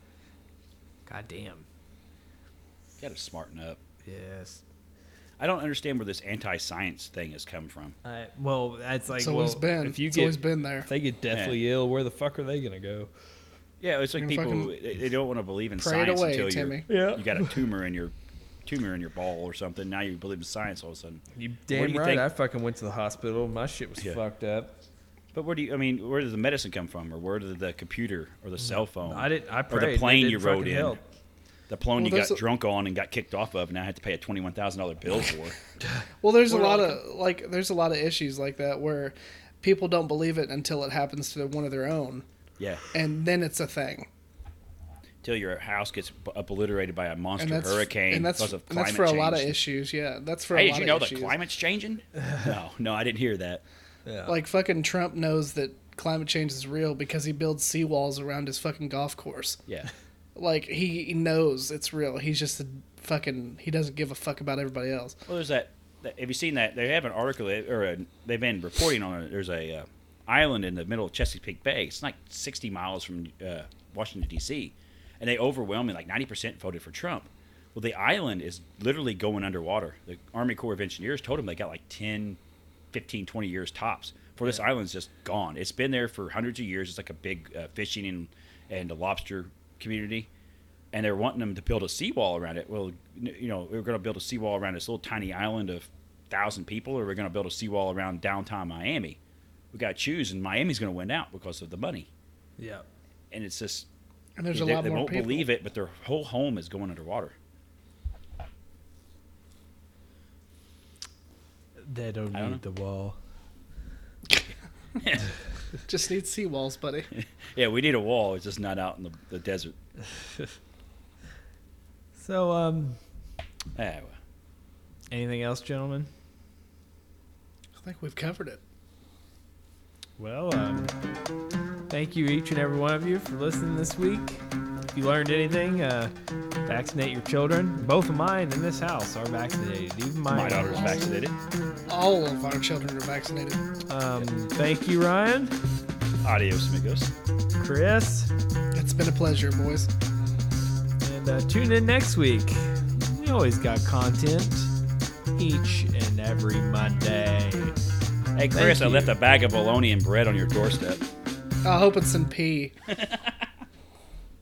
Speaker 1: God damn.
Speaker 3: Got to smarten up.
Speaker 1: Yes.
Speaker 3: I don't understand where this anti-science thing has come from.
Speaker 1: I, well, that's like
Speaker 2: it's
Speaker 1: well,
Speaker 2: always been.
Speaker 1: if you
Speaker 2: it's
Speaker 1: get
Speaker 2: always been there.
Speaker 1: if they get deathly ill, where the fuck are they gonna go?
Speaker 3: Yeah, it's like
Speaker 2: You're
Speaker 3: people
Speaker 2: gonna
Speaker 3: they they don't want to believe in
Speaker 2: Pray it
Speaker 3: science
Speaker 2: away,
Speaker 3: until
Speaker 2: Timmy.
Speaker 3: you're,
Speaker 1: Yeah.
Speaker 3: you [LAUGHS] got a tumor in your tumor in your ball or something. Now you believe in science all of a sudden.
Speaker 1: You
Speaker 3: Where
Speaker 1: damn
Speaker 3: do you
Speaker 1: right.
Speaker 3: think-
Speaker 1: I fucking went to the hospital. My shit was
Speaker 3: Yeah.
Speaker 1: fucked up.
Speaker 3: But where do you? I mean, where did the medicine come from, or where did the computer or the cell phone?
Speaker 1: I didn't. I prayed.
Speaker 3: Or the
Speaker 1: It
Speaker 3: plane
Speaker 1: didn't
Speaker 3: you rode
Speaker 1: fucking
Speaker 3: in.
Speaker 1: help.
Speaker 3: The plane
Speaker 2: Well,
Speaker 3: you
Speaker 2: there's
Speaker 3: got
Speaker 2: a-
Speaker 3: drunk on and got kicked off of, and I had to pay a twenty-one thousand dollar [LAUGHS] bill for.
Speaker 2: Well, there's a
Speaker 3: We're
Speaker 2: lot of like there's a lot of issues like that where people don't believe it until it happens to one of their own,
Speaker 3: yeah.
Speaker 2: and then it's a thing.
Speaker 3: till your house gets b- obliterated by a monster
Speaker 2: And that's
Speaker 3: hurricane
Speaker 2: and that's,
Speaker 3: because of
Speaker 2: and
Speaker 3: climate
Speaker 2: that's for a
Speaker 3: change.
Speaker 2: lot of issues. Yeah, that's for a
Speaker 3: Hey,
Speaker 2: lot
Speaker 3: did you
Speaker 2: of
Speaker 3: know the
Speaker 2: issues. [LAUGHS]
Speaker 3: climate's changing? no, no, I didn't hear that.
Speaker 1: Yeah.
Speaker 2: Like fucking Trump knows that climate change is real because he builds seawalls around his fucking golf course.
Speaker 3: Yeah,
Speaker 2: Like he knows it's real. He's just a fucking he doesn't give a fuck about everybody else.
Speaker 3: well, there's that. that- Have you seen that? They have an article eh, or a, they've been reporting on it. There's a uh, island in the middle of Chesapeake Bay. It's like 60 miles from uh, Washington D.C., and they overwhelmingly like 90 percent voted for Trump. Well, the island is literally going underwater. The Army Corps of Engineers told them they got like 10 15, 20 years tops. For this island's just gone. It's been there for hundreds of years. It's like a big uh, fishing and, and a lobster community. And they're wanting them to build a seawall around it. Well, n- you know, we're going to build a seawall around this little tiny island of 1,000 people, or we're going to build a seawall around downtown Miami. We got to choose, and Miami's going to win out because of the money.
Speaker 1: yeah.
Speaker 3: And it's just,
Speaker 2: And there's
Speaker 3: they,
Speaker 2: a lot
Speaker 3: they
Speaker 2: more
Speaker 3: won't
Speaker 2: people.
Speaker 3: believe it, but their whole home is going underwater. [LAUGHS]
Speaker 1: They don't
Speaker 3: I don't
Speaker 1: need the wall.
Speaker 2: Just need seawalls,
Speaker 3: [LAUGHS]
Speaker 2: buddy.
Speaker 3: Yeah, we need a wall. It's just not out in the, the desert.
Speaker 1: So, um,
Speaker 3: Ah, well.
Speaker 1: anything else, gentlemen?
Speaker 2: I think we've covered it.
Speaker 1: Well, um, thank you each and every one of you for listening this week. If you learned anything, uh, vaccinate your children. Both of mine in this house are vaccinated. Even mine.
Speaker 3: My daughter's vaccinated.
Speaker 2: All of our children are vaccinated.
Speaker 1: Um, thank you, Ryan,
Speaker 3: Adios, amigos.
Speaker 1: Chris,
Speaker 2: It's been a pleasure, boys.
Speaker 1: and uh, tune in next week. We always got content each and every Monday.
Speaker 3: Hey, Chris, I
Speaker 1: you.
Speaker 3: left a bag of bologna and bread on your doorstep.
Speaker 2: I hope it's in pee.